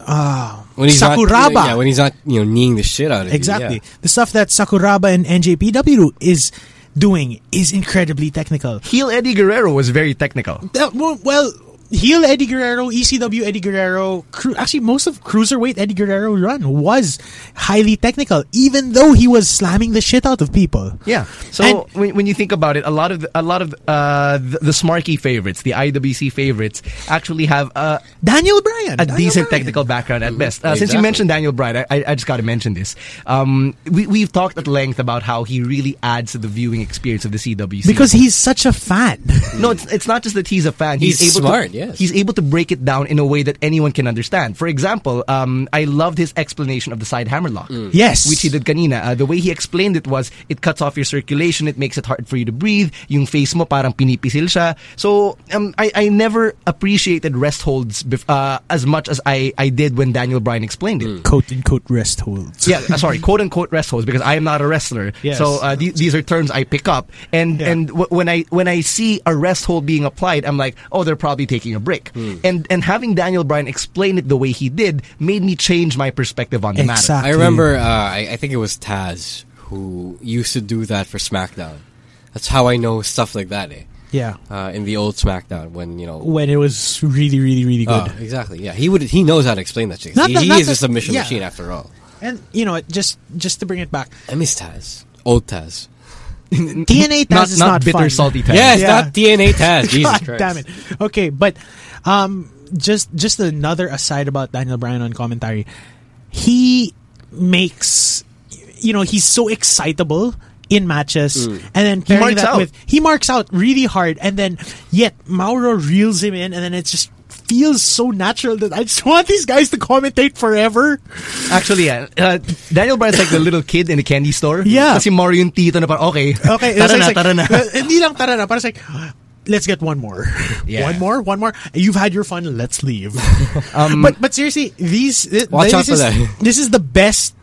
Speaker 5: uh,
Speaker 6: When he's
Speaker 5: Sakuraba.
Speaker 6: Not, yeah, when he's not you know kneeing the shit out of you,
Speaker 5: exactly
Speaker 6: yeah.
Speaker 5: the stuff that Sakuraba and NJPW is doing is incredibly technical.
Speaker 4: Heel Eddie Guerrero was very technical.
Speaker 5: That, well, well, heel Eddie Guerrero, ECW Eddie Guerrero, cru- actually most of cruiserweight Eddie Guerrero run was highly technical, even though he was slamming the shit out of people.
Speaker 4: Yeah. So
Speaker 5: And-
Speaker 4: when, when you think about it, a lot of the, a lot of uh, the, the Smarky favorites, the IWC favorites, actually have uh,
Speaker 5: Daniel Bryan,
Speaker 4: a
Speaker 5: Daniel
Speaker 4: decent
Speaker 5: Bryan.
Speaker 4: technical [LAUGHS] background at best. Uh, Since you
Speaker 6: Exactly.
Speaker 4: mentioned Daniel Bryan, I, I, I just got to mention this. Um, we, we've talked at length about how he really adds to the viewing experience of the CWC [LAUGHS]
Speaker 5: because he's such a fan.
Speaker 4: no, it's, it's not just that he's a fan. He's,
Speaker 6: He's
Speaker 4: able
Speaker 6: smart,
Speaker 4: To,
Speaker 6: yes.
Speaker 4: He's able to break it down in a way that anyone can understand. For example, um, I loved his explanation of the side hammerlock.
Speaker 5: Yes.
Speaker 4: which he did kanina. Uh, the way he explained it was, it cuts off your circulation, it makes it hard for you to breathe. Yung face mo parang pinipisil siya. So um, I, I never appreciated rest holds bef- uh, as much as I, I did when Daniel Bryan explained it.
Speaker 5: Coat and coat rest holds.
Speaker 4: [LAUGHS] Yeah, uh, sorry, quote unquote rest holds because I am not a wrestler.
Speaker 5: Yes.
Speaker 4: So uh, the- these are terms I pick up, and
Speaker 5: Yeah.
Speaker 4: and w- when I when I see a rest hold being applied, I'm like, oh, they're probably taking a break. And and having Daniel Bryan explain it the way he did made me change my perspective on the matter.
Speaker 5: Exactly.
Speaker 6: I remember. Uh, I, I think it was Taz who used to do that for SmackDown. That's how I know stuff like that. Eh?
Speaker 5: Yeah.
Speaker 6: Uh, in the old SmackDown, when you know
Speaker 5: When it was really, really, really good.
Speaker 4: Ah.
Speaker 6: Uh, exactly. Yeah, he would. He knows how to explain that shit.
Speaker 5: Not
Speaker 6: he
Speaker 5: that-
Speaker 6: he
Speaker 5: not
Speaker 6: is
Speaker 5: that-
Speaker 6: a submission
Speaker 5: yeah.
Speaker 6: machine after all.
Speaker 5: and you know, what, just just to bring it back,
Speaker 6: I miss Taz, old Taz.
Speaker 5: TNA Taz
Speaker 4: Not,
Speaker 5: is
Speaker 4: not,
Speaker 5: not,
Speaker 4: bitter
Speaker 5: fun.
Speaker 4: salty time.
Speaker 6: Yeah, it's
Speaker 5: Yeah.
Speaker 6: not DNA
Speaker 5: [LAUGHS]
Speaker 6: Taz. Jesus
Speaker 5: God
Speaker 6: Christ.
Speaker 5: damn it. Okay, but um, just just another aside about Daniel Bryan on commentary. He makes you know he's so excitable in matches, and then pairing
Speaker 4: marks
Speaker 5: that
Speaker 4: out.
Speaker 5: with he marks out really hard, and then yet Mauro reels him in, and then it just feels so natural that I just want these guys to commentate forever.
Speaker 4: Actually, yeah. Uh, Daniel Bryan's like the little kid in a candy store.
Speaker 5: Yeah.
Speaker 4: Kasi Mario yung tito na parang, okay,
Speaker 5: Okay,
Speaker 4: tara
Speaker 5: it's
Speaker 4: na,
Speaker 5: like,
Speaker 4: tara na.
Speaker 5: uh, hindi lang tara na, parang it's like, let's get one more. [LAUGHS]
Speaker 4: Yeah.
Speaker 5: One more, one more. You've had your fun, let's
Speaker 6: [LAUGHS]
Speaker 5: leave. but but seriously, these th-
Speaker 6: Um, Watch out for
Speaker 5: this, is,
Speaker 6: that. [LAUGHS]
Speaker 5: this is the best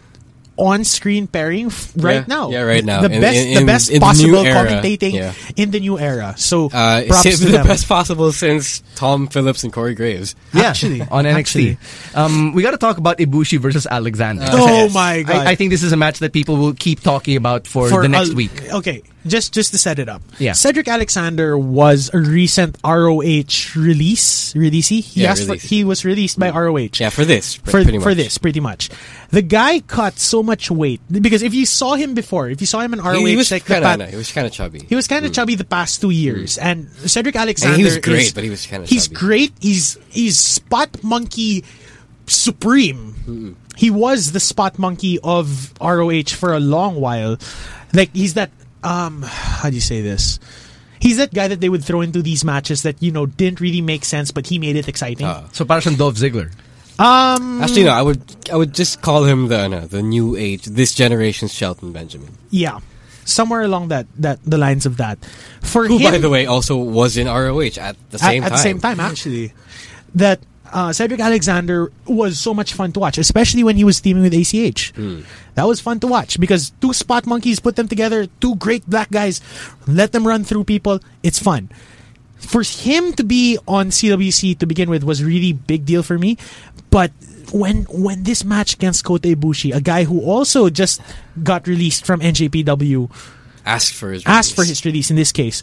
Speaker 5: on-screen pairing f- right
Speaker 6: Yeah.
Speaker 5: now.
Speaker 6: Yeah, right now.
Speaker 5: The
Speaker 6: In-
Speaker 5: best,
Speaker 6: in-
Speaker 5: the
Speaker 6: in-
Speaker 5: best
Speaker 6: in the new
Speaker 5: possible
Speaker 6: era.
Speaker 5: commentating
Speaker 6: Yeah.
Speaker 5: in the new era. So
Speaker 6: Uh,
Speaker 5: props
Speaker 6: it's
Speaker 5: to
Speaker 6: the
Speaker 5: them.
Speaker 6: best possible since Tom Phillips and Corey
Speaker 4: [LAUGHS]
Speaker 6: Graves.
Speaker 4: Yeah,
Speaker 5: Actually,
Speaker 4: on NXT. Um, we got to talk about Ibushi versus Alexander.
Speaker 5: Oh my God.
Speaker 4: I, I think this is a match that people will keep talking about for, the next
Speaker 5: a-
Speaker 4: week.
Speaker 5: Okay, just just to set it up.
Speaker 4: Yeah.
Speaker 5: Cedric Alexander was a recent ROH release. Releasee. He
Speaker 6: Yeah,
Speaker 5: asked for-
Speaker 6: release.
Speaker 5: he was released by ROH.
Speaker 6: Yeah, for this, pr-
Speaker 5: For,
Speaker 6: pretty much.
Speaker 5: for this, pretty much, the guy cut so much weight because if you saw him before, if you saw him in ROH,
Speaker 6: He, he was
Speaker 5: like the
Speaker 6: kind of
Speaker 5: pa-
Speaker 6: he was kind of chubby.
Speaker 5: he was kind of chubby the past two years, and Cedric Alexander.
Speaker 6: Hmm. And he was great,
Speaker 5: is-
Speaker 6: but he was kinda
Speaker 5: He's
Speaker 6: chubby.
Speaker 5: great. He's he's spot monkey supreme.
Speaker 6: Hmm.
Speaker 5: He was the spot monkey of ROH for a long while. Like he's that. Um, how do you say this? He's that guy that they would throw into these matches that you know didn't really make sense, but he made it exciting.
Speaker 6: Ah.
Speaker 4: So parang siyang Dolph Ziggler.
Speaker 6: Actually, no. I would I would just call him the no, the new age, this generation's Shelton Benjamin,
Speaker 5: yeah, somewhere along that that the lines of that. For
Speaker 6: who,
Speaker 5: him,
Speaker 6: by the way, also was in ROH at the
Speaker 5: at,
Speaker 6: same
Speaker 5: at
Speaker 6: time.
Speaker 5: the same time actually that uh, Cedric Alexander was so much fun to watch, especially when he was teaming with ACH.
Speaker 6: Hmm.
Speaker 5: That was fun to watch because two spot monkeys put them together, two great black guys, let them run through people. It's fun. For him to be on CWC to begin with was really big deal for me, but when when this match against Kota Ibushi, a guy who also just got released from NJPW,
Speaker 6: Asked for his
Speaker 5: asked for
Speaker 6: release.
Speaker 5: his release in this case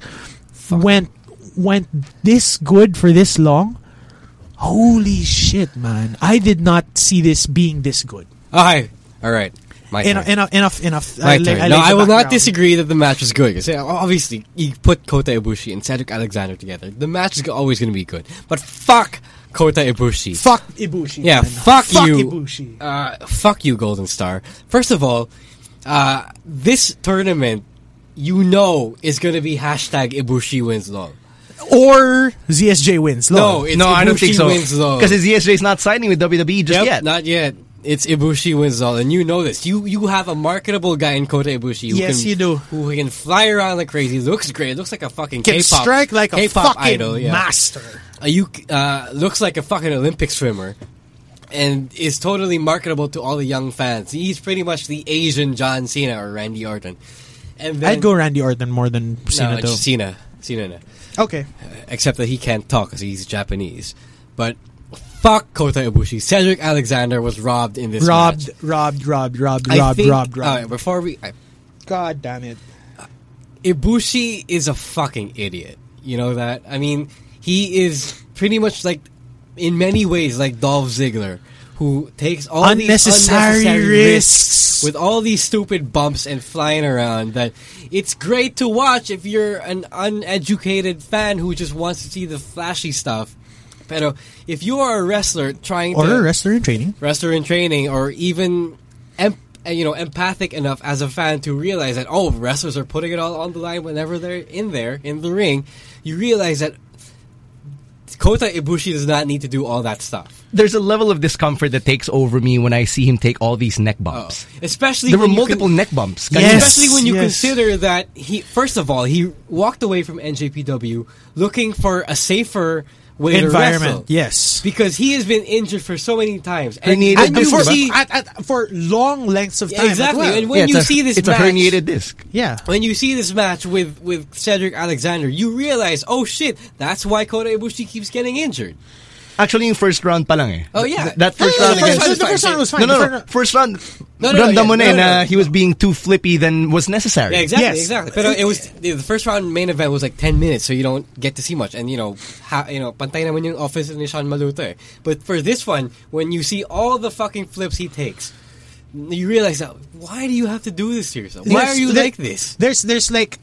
Speaker 5: went went this good for this long holy shit man i did not see this being this good
Speaker 6: Oh, hi. All right. My turn.
Speaker 5: enough enough enough enough
Speaker 6: My turn. no, I will not disagree that the match was good. 'cause, uh, obviously, you put Kota Ibushi and Cedric Alexander together. The match is go- always going to be good. But fuck Kota Ibushi.
Speaker 5: fuck ibushi
Speaker 6: Yeah,
Speaker 5: man.
Speaker 6: fuck, you.
Speaker 5: ibushi
Speaker 6: Uh, fuck you, Golden Star. First of all, uh, this tournament, you know, is going to be hashtag Ibushi wins long.
Speaker 5: or zsj wins
Speaker 6: No,
Speaker 5: Lord.
Speaker 6: it's
Speaker 4: no,
Speaker 6: Ibushi
Speaker 4: I don't think so.
Speaker 6: wins long.
Speaker 4: Because his ESJ is not signing with WWE just
Speaker 6: Yep,
Speaker 4: yet.
Speaker 6: Not yet. It's Ibushi wins all, and you know this. You you have a marketable guy in Kota Ibushi. Who
Speaker 5: Yes,
Speaker 6: can,
Speaker 5: you do.
Speaker 6: Who can fly around like crazy. Looks great. Looks like a fucking
Speaker 5: can
Speaker 6: K-pop.
Speaker 5: strike like a
Speaker 6: K-pop
Speaker 5: fucking
Speaker 6: idol. Yeah.
Speaker 5: master
Speaker 6: Uh, you uh, looks like a fucking Olympic swimmer, and is totally marketable to all the young fans. He's pretty much the Asian John Cena or Randy Orton. And then,
Speaker 5: i'd go randy orton more than
Speaker 6: no,
Speaker 5: cena
Speaker 6: it's
Speaker 5: though
Speaker 6: Cena. Cena. No
Speaker 5: okay
Speaker 6: except that he can't talk because he's Japanese. But fuck Kota Ibushi. Cedric Alexander was robbed in this
Speaker 5: robbed,
Speaker 6: match.
Speaker 5: robbed robbed robbed
Speaker 6: I
Speaker 5: robbed
Speaker 6: think-
Speaker 5: robbed
Speaker 6: alright,
Speaker 5: robbed
Speaker 6: before we, I,
Speaker 5: god damn it
Speaker 6: Ibushi is a fucking idiot. You know that? I mean, he is pretty much like, in many ways, like Dolph Ziggler, who takes all
Speaker 5: Unnecessary
Speaker 6: these unnecessary
Speaker 5: risks.
Speaker 6: with all these stupid bumps and flying around. That it's great to watch if you're an uneducated fan who just wants to see the flashy stuff. Pero if you are a wrestler trying
Speaker 5: or
Speaker 6: to
Speaker 5: a wrestler in training
Speaker 6: wrestler in training or even em- uh, you know empathic enough as a fan to realize that oh wrestlers are putting it all on the line whenever they're in there in the ring you realize that Kota Ibushi does not need to do all that stuff
Speaker 4: There's a level of discomfort that takes over me when I see him take all these neck bumps.
Speaker 6: especially
Speaker 4: There were
Speaker 6: Oh. when you
Speaker 4: multiple
Speaker 6: con-
Speaker 4: neck bumps.
Speaker 5: Yes.
Speaker 6: especially when you
Speaker 5: yes.
Speaker 6: consider that he first of all he walked away from NJPW looking for a safer way to
Speaker 5: environment
Speaker 6: wrestle.
Speaker 5: yes
Speaker 6: because he has been injured for so many times
Speaker 4: He needed
Speaker 6: and
Speaker 4: to
Speaker 6: you
Speaker 4: be-
Speaker 5: for,
Speaker 6: see-
Speaker 5: at, at, for long lengths of
Speaker 6: Yeah,
Speaker 5: time. as
Speaker 6: exactly.
Speaker 5: well.
Speaker 6: And when
Speaker 4: it's
Speaker 6: you
Speaker 4: a-
Speaker 6: see this
Speaker 4: it's
Speaker 6: match-
Speaker 4: a herniated disc.
Speaker 5: yeah.
Speaker 6: when you see this match with with Cedric Alexander, you realize, oh shit, that's why Kota Ibushi keeps getting injured.
Speaker 4: Actually, yung first round pa lang eh.
Speaker 6: Oh, yeah.
Speaker 4: Th- that
Speaker 6: No,
Speaker 4: first
Speaker 6: no, no,
Speaker 4: round
Speaker 6: the first
Speaker 4: against-
Speaker 6: round- the first round
Speaker 5: was fine.
Speaker 4: No, no,
Speaker 5: The
Speaker 4: no.
Speaker 5: first-
Speaker 4: First round,
Speaker 6: No, no, no,
Speaker 4: ramdam mo
Speaker 6: yeah,
Speaker 4: na eh,
Speaker 6: no, no.
Speaker 4: na he was being too flippy than was necessary.
Speaker 6: Yeah, exactly,
Speaker 5: Yes.
Speaker 6: exactly. But it was the the first round main event was like ten minutes, so you don't get to see much. And you know, ha, you know, pantay naman yung office ni Sean Maluto. eh. But for this one, when you see all the fucking flips he takes, you realize that why do you have to do this to yourself? Why
Speaker 5: There's-
Speaker 6: are you
Speaker 5: there-
Speaker 6: like this?
Speaker 5: There's there's like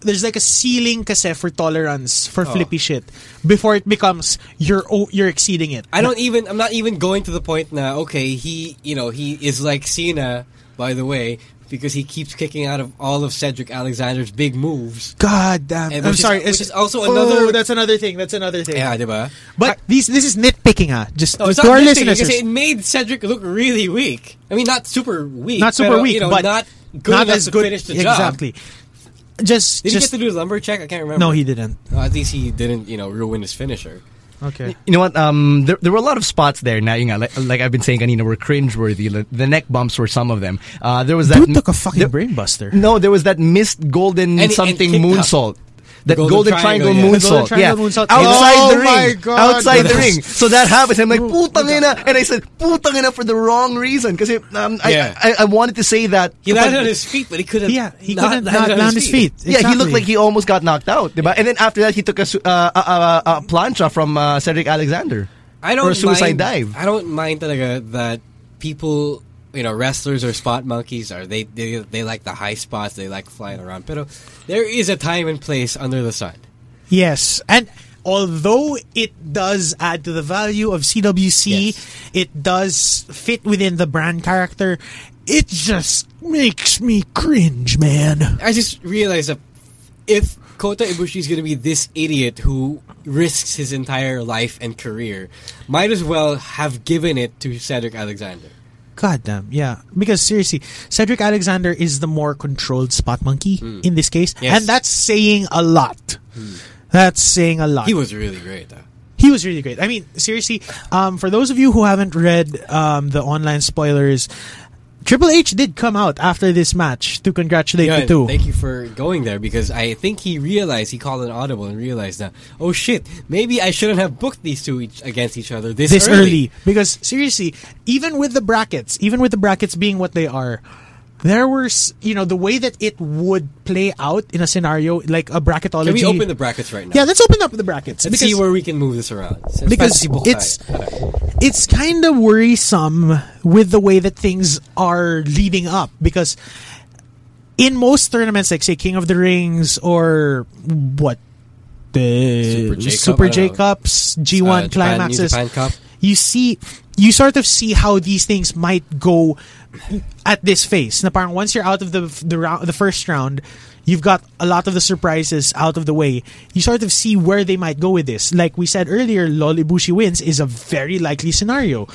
Speaker 5: there's like a ceiling kasi for tolerance for
Speaker 6: Oh.
Speaker 5: flippy shit before it becomes you're o you're exceeding it.
Speaker 6: I don't even. I'm not even going to the point now. Okay, he, you know, he is like Cena, by the way, because he keeps kicking out of all of Cedric Alexander's big moves.
Speaker 5: God damn.
Speaker 6: And
Speaker 5: I'm
Speaker 6: which is-
Speaker 5: sorry.
Speaker 6: which
Speaker 5: it's-
Speaker 6: is also
Speaker 5: Oh,
Speaker 6: another-
Speaker 5: that's another thing. That's another thing.
Speaker 6: Yeah, diba?
Speaker 5: But these this is nitpicking ah. Just
Speaker 6: No, it's
Speaker 5: to
Speaker 6: not
Speaker 5: our
Speaker 6: nitpicking,
Speaker 5: listeners.
Speaker 6: because it made Cedric look really weak. I mean, not super weak.
Speaker 5: not super
Speaker 6: pero,
Speaker 5: weak,
Speaker 6: you know,
Speaker 5: but
Speaker 6: not good
Speaker 5: not
Speaker 6: enough
Speaker 5: as
Speaker 6: to
Speaker 5: good.
Speaker 6: finish the job.
Speaker 5: exactly. Just
Speaker 6: Did
Speaker 5: just
Speaker 6: he get to do the lumber check? I can't remember.
Speaker 5: no, he didn't.
Speaker 6: Uh, at least he didn't, you know, ruin his finisher.
Speaker 5: Okay.
Speaker 4: You know what? Um, there, there were a lot of spots there. Now, you know, like, like I've been saying, kanina, were cringeworthy. Like, The neck bumps were some of them. Uh, there was that.
Speaker 5: Dude
Speaker 4: m-
Speaker 5: took a fucking
Speaker 4: there-
Speaker 5: brain buster.
Speaker 4: No, there was that missed golden
Speaker 6: And- and
Speaker 4: something
Speaker 6: kicked up.
Speaker 4: moonsault. That
Speaker 6: golden
Speaker 4: golden,
Speaker 6: triangle,
Speaker 4: triangle,
Speaker 6: yeah.
Speaker 5: The golden
Speaker 4: moonsault, yeah,
Speaker 5: triangle moonsault.
Speaker 4: outside
Speaker 5: Oh
Speaker 4: the ring,
Speaker 5: my God.
Speaker 4: outside the
Speaker 6: [LAUGHS]
Speaker 5: That's-
Speaker 4: ring. So that happens. I'm like, putangina, and I said, putangina for the wrong reason because um, I,
Speaker 6: Yeah.
Speaker 4: I, I wanted to say that.
Speaker 6: He
Speaker 4: but-
Speaker 6: landed on his feet, but he could have.
Speaker 5: Yeah, he couldn't not land his feet.
Speaker 4: [LAUGHS] Yeah, he looked
Speaker 5: Exactly.
Speaker 4: like he almost got knocked out, diba? And then after that, he took a su- uh, a, a, a plancha from uh, Cedric Alexander.
Speaker 6: I don't
Speaker 4: or a suicide
Speaker 6: mind,
Speaker 4: dive.
Speaker 6: I don't mind talaga that people, you know, wrestlers or spot monkeys are they they, they like the high spots, they like flying around. But there is a time and place under the sun.
Speaker 5: Yes, and although it does add to the value of CWC,
Speaker 6: Yes.
Speaker 5: it does fit within the brand character. It just makes me cringe, man.
Speaker 6: I just realized that if Kota Ibushi is going to be this idiot who risks his entire life and career, might as well have given it to Cedric Alexander.
Speaker 5: God damn, yeah. Because seriously, Cedric Alexander is the more controlled spot monkey in this case,
Speaker 6: Hmm. Yes. Hmm.
Speaker 5: and that's saying a lot. That's saying a lot.
Speaker 6: He was really great, though.
Speaker 5: He was really great. I mean, seriously, um, for those of you who haven't read um, the online spoilers, Triple H did come out after this match to congratulate
Speaker 6: Yeah,
Speaker 5: the two.
Speaker 6: thank you for going there because I think he realized he called an audible and realized that oh shit, maybe I shouldn't have booked these two each, against each other this,
Speaker 5: this
Speaker 6: early.
Speaker 5: early. because seriously even with the brackets even with the brackets being what they are there were s- you know the way that it would play out in a scenario like a bracketology
Speaker 6: Can we open the brackets right now?
Speaker 5: yeah let's open up the brackets
Speaker 6: Let's see where we can move this around Since
Speaker 5: because
Speaker 6: Fantasy Book
Speaker 5: it's
Speaker 6: Time, whatever.
Speaker 5: it's kind of worrisome with the way that things are leading up because in most tournaments like say King of the Rings or what
Speaker 6: Super
Speaker 5: the
Speaker 6: J Cup,
Speaker 5: Super
Speaker 6: I don't
Speaker 5: J
Speaker 6: know.
Speaker 5: Cups
Speaker 6: Uh,
Speaker 5: G1
Speaker 6: Japan- New
Speaker 5: climaxes
Speaker 6: Japan Cup.
Speaker 5: you see you sort of see how these things might go at this phase na parang once you're out of the the round the first round you've got a lot of the surprises out of the way you sort of see where they might go with this like we said earlier lol ibushi wins is a very likely scenario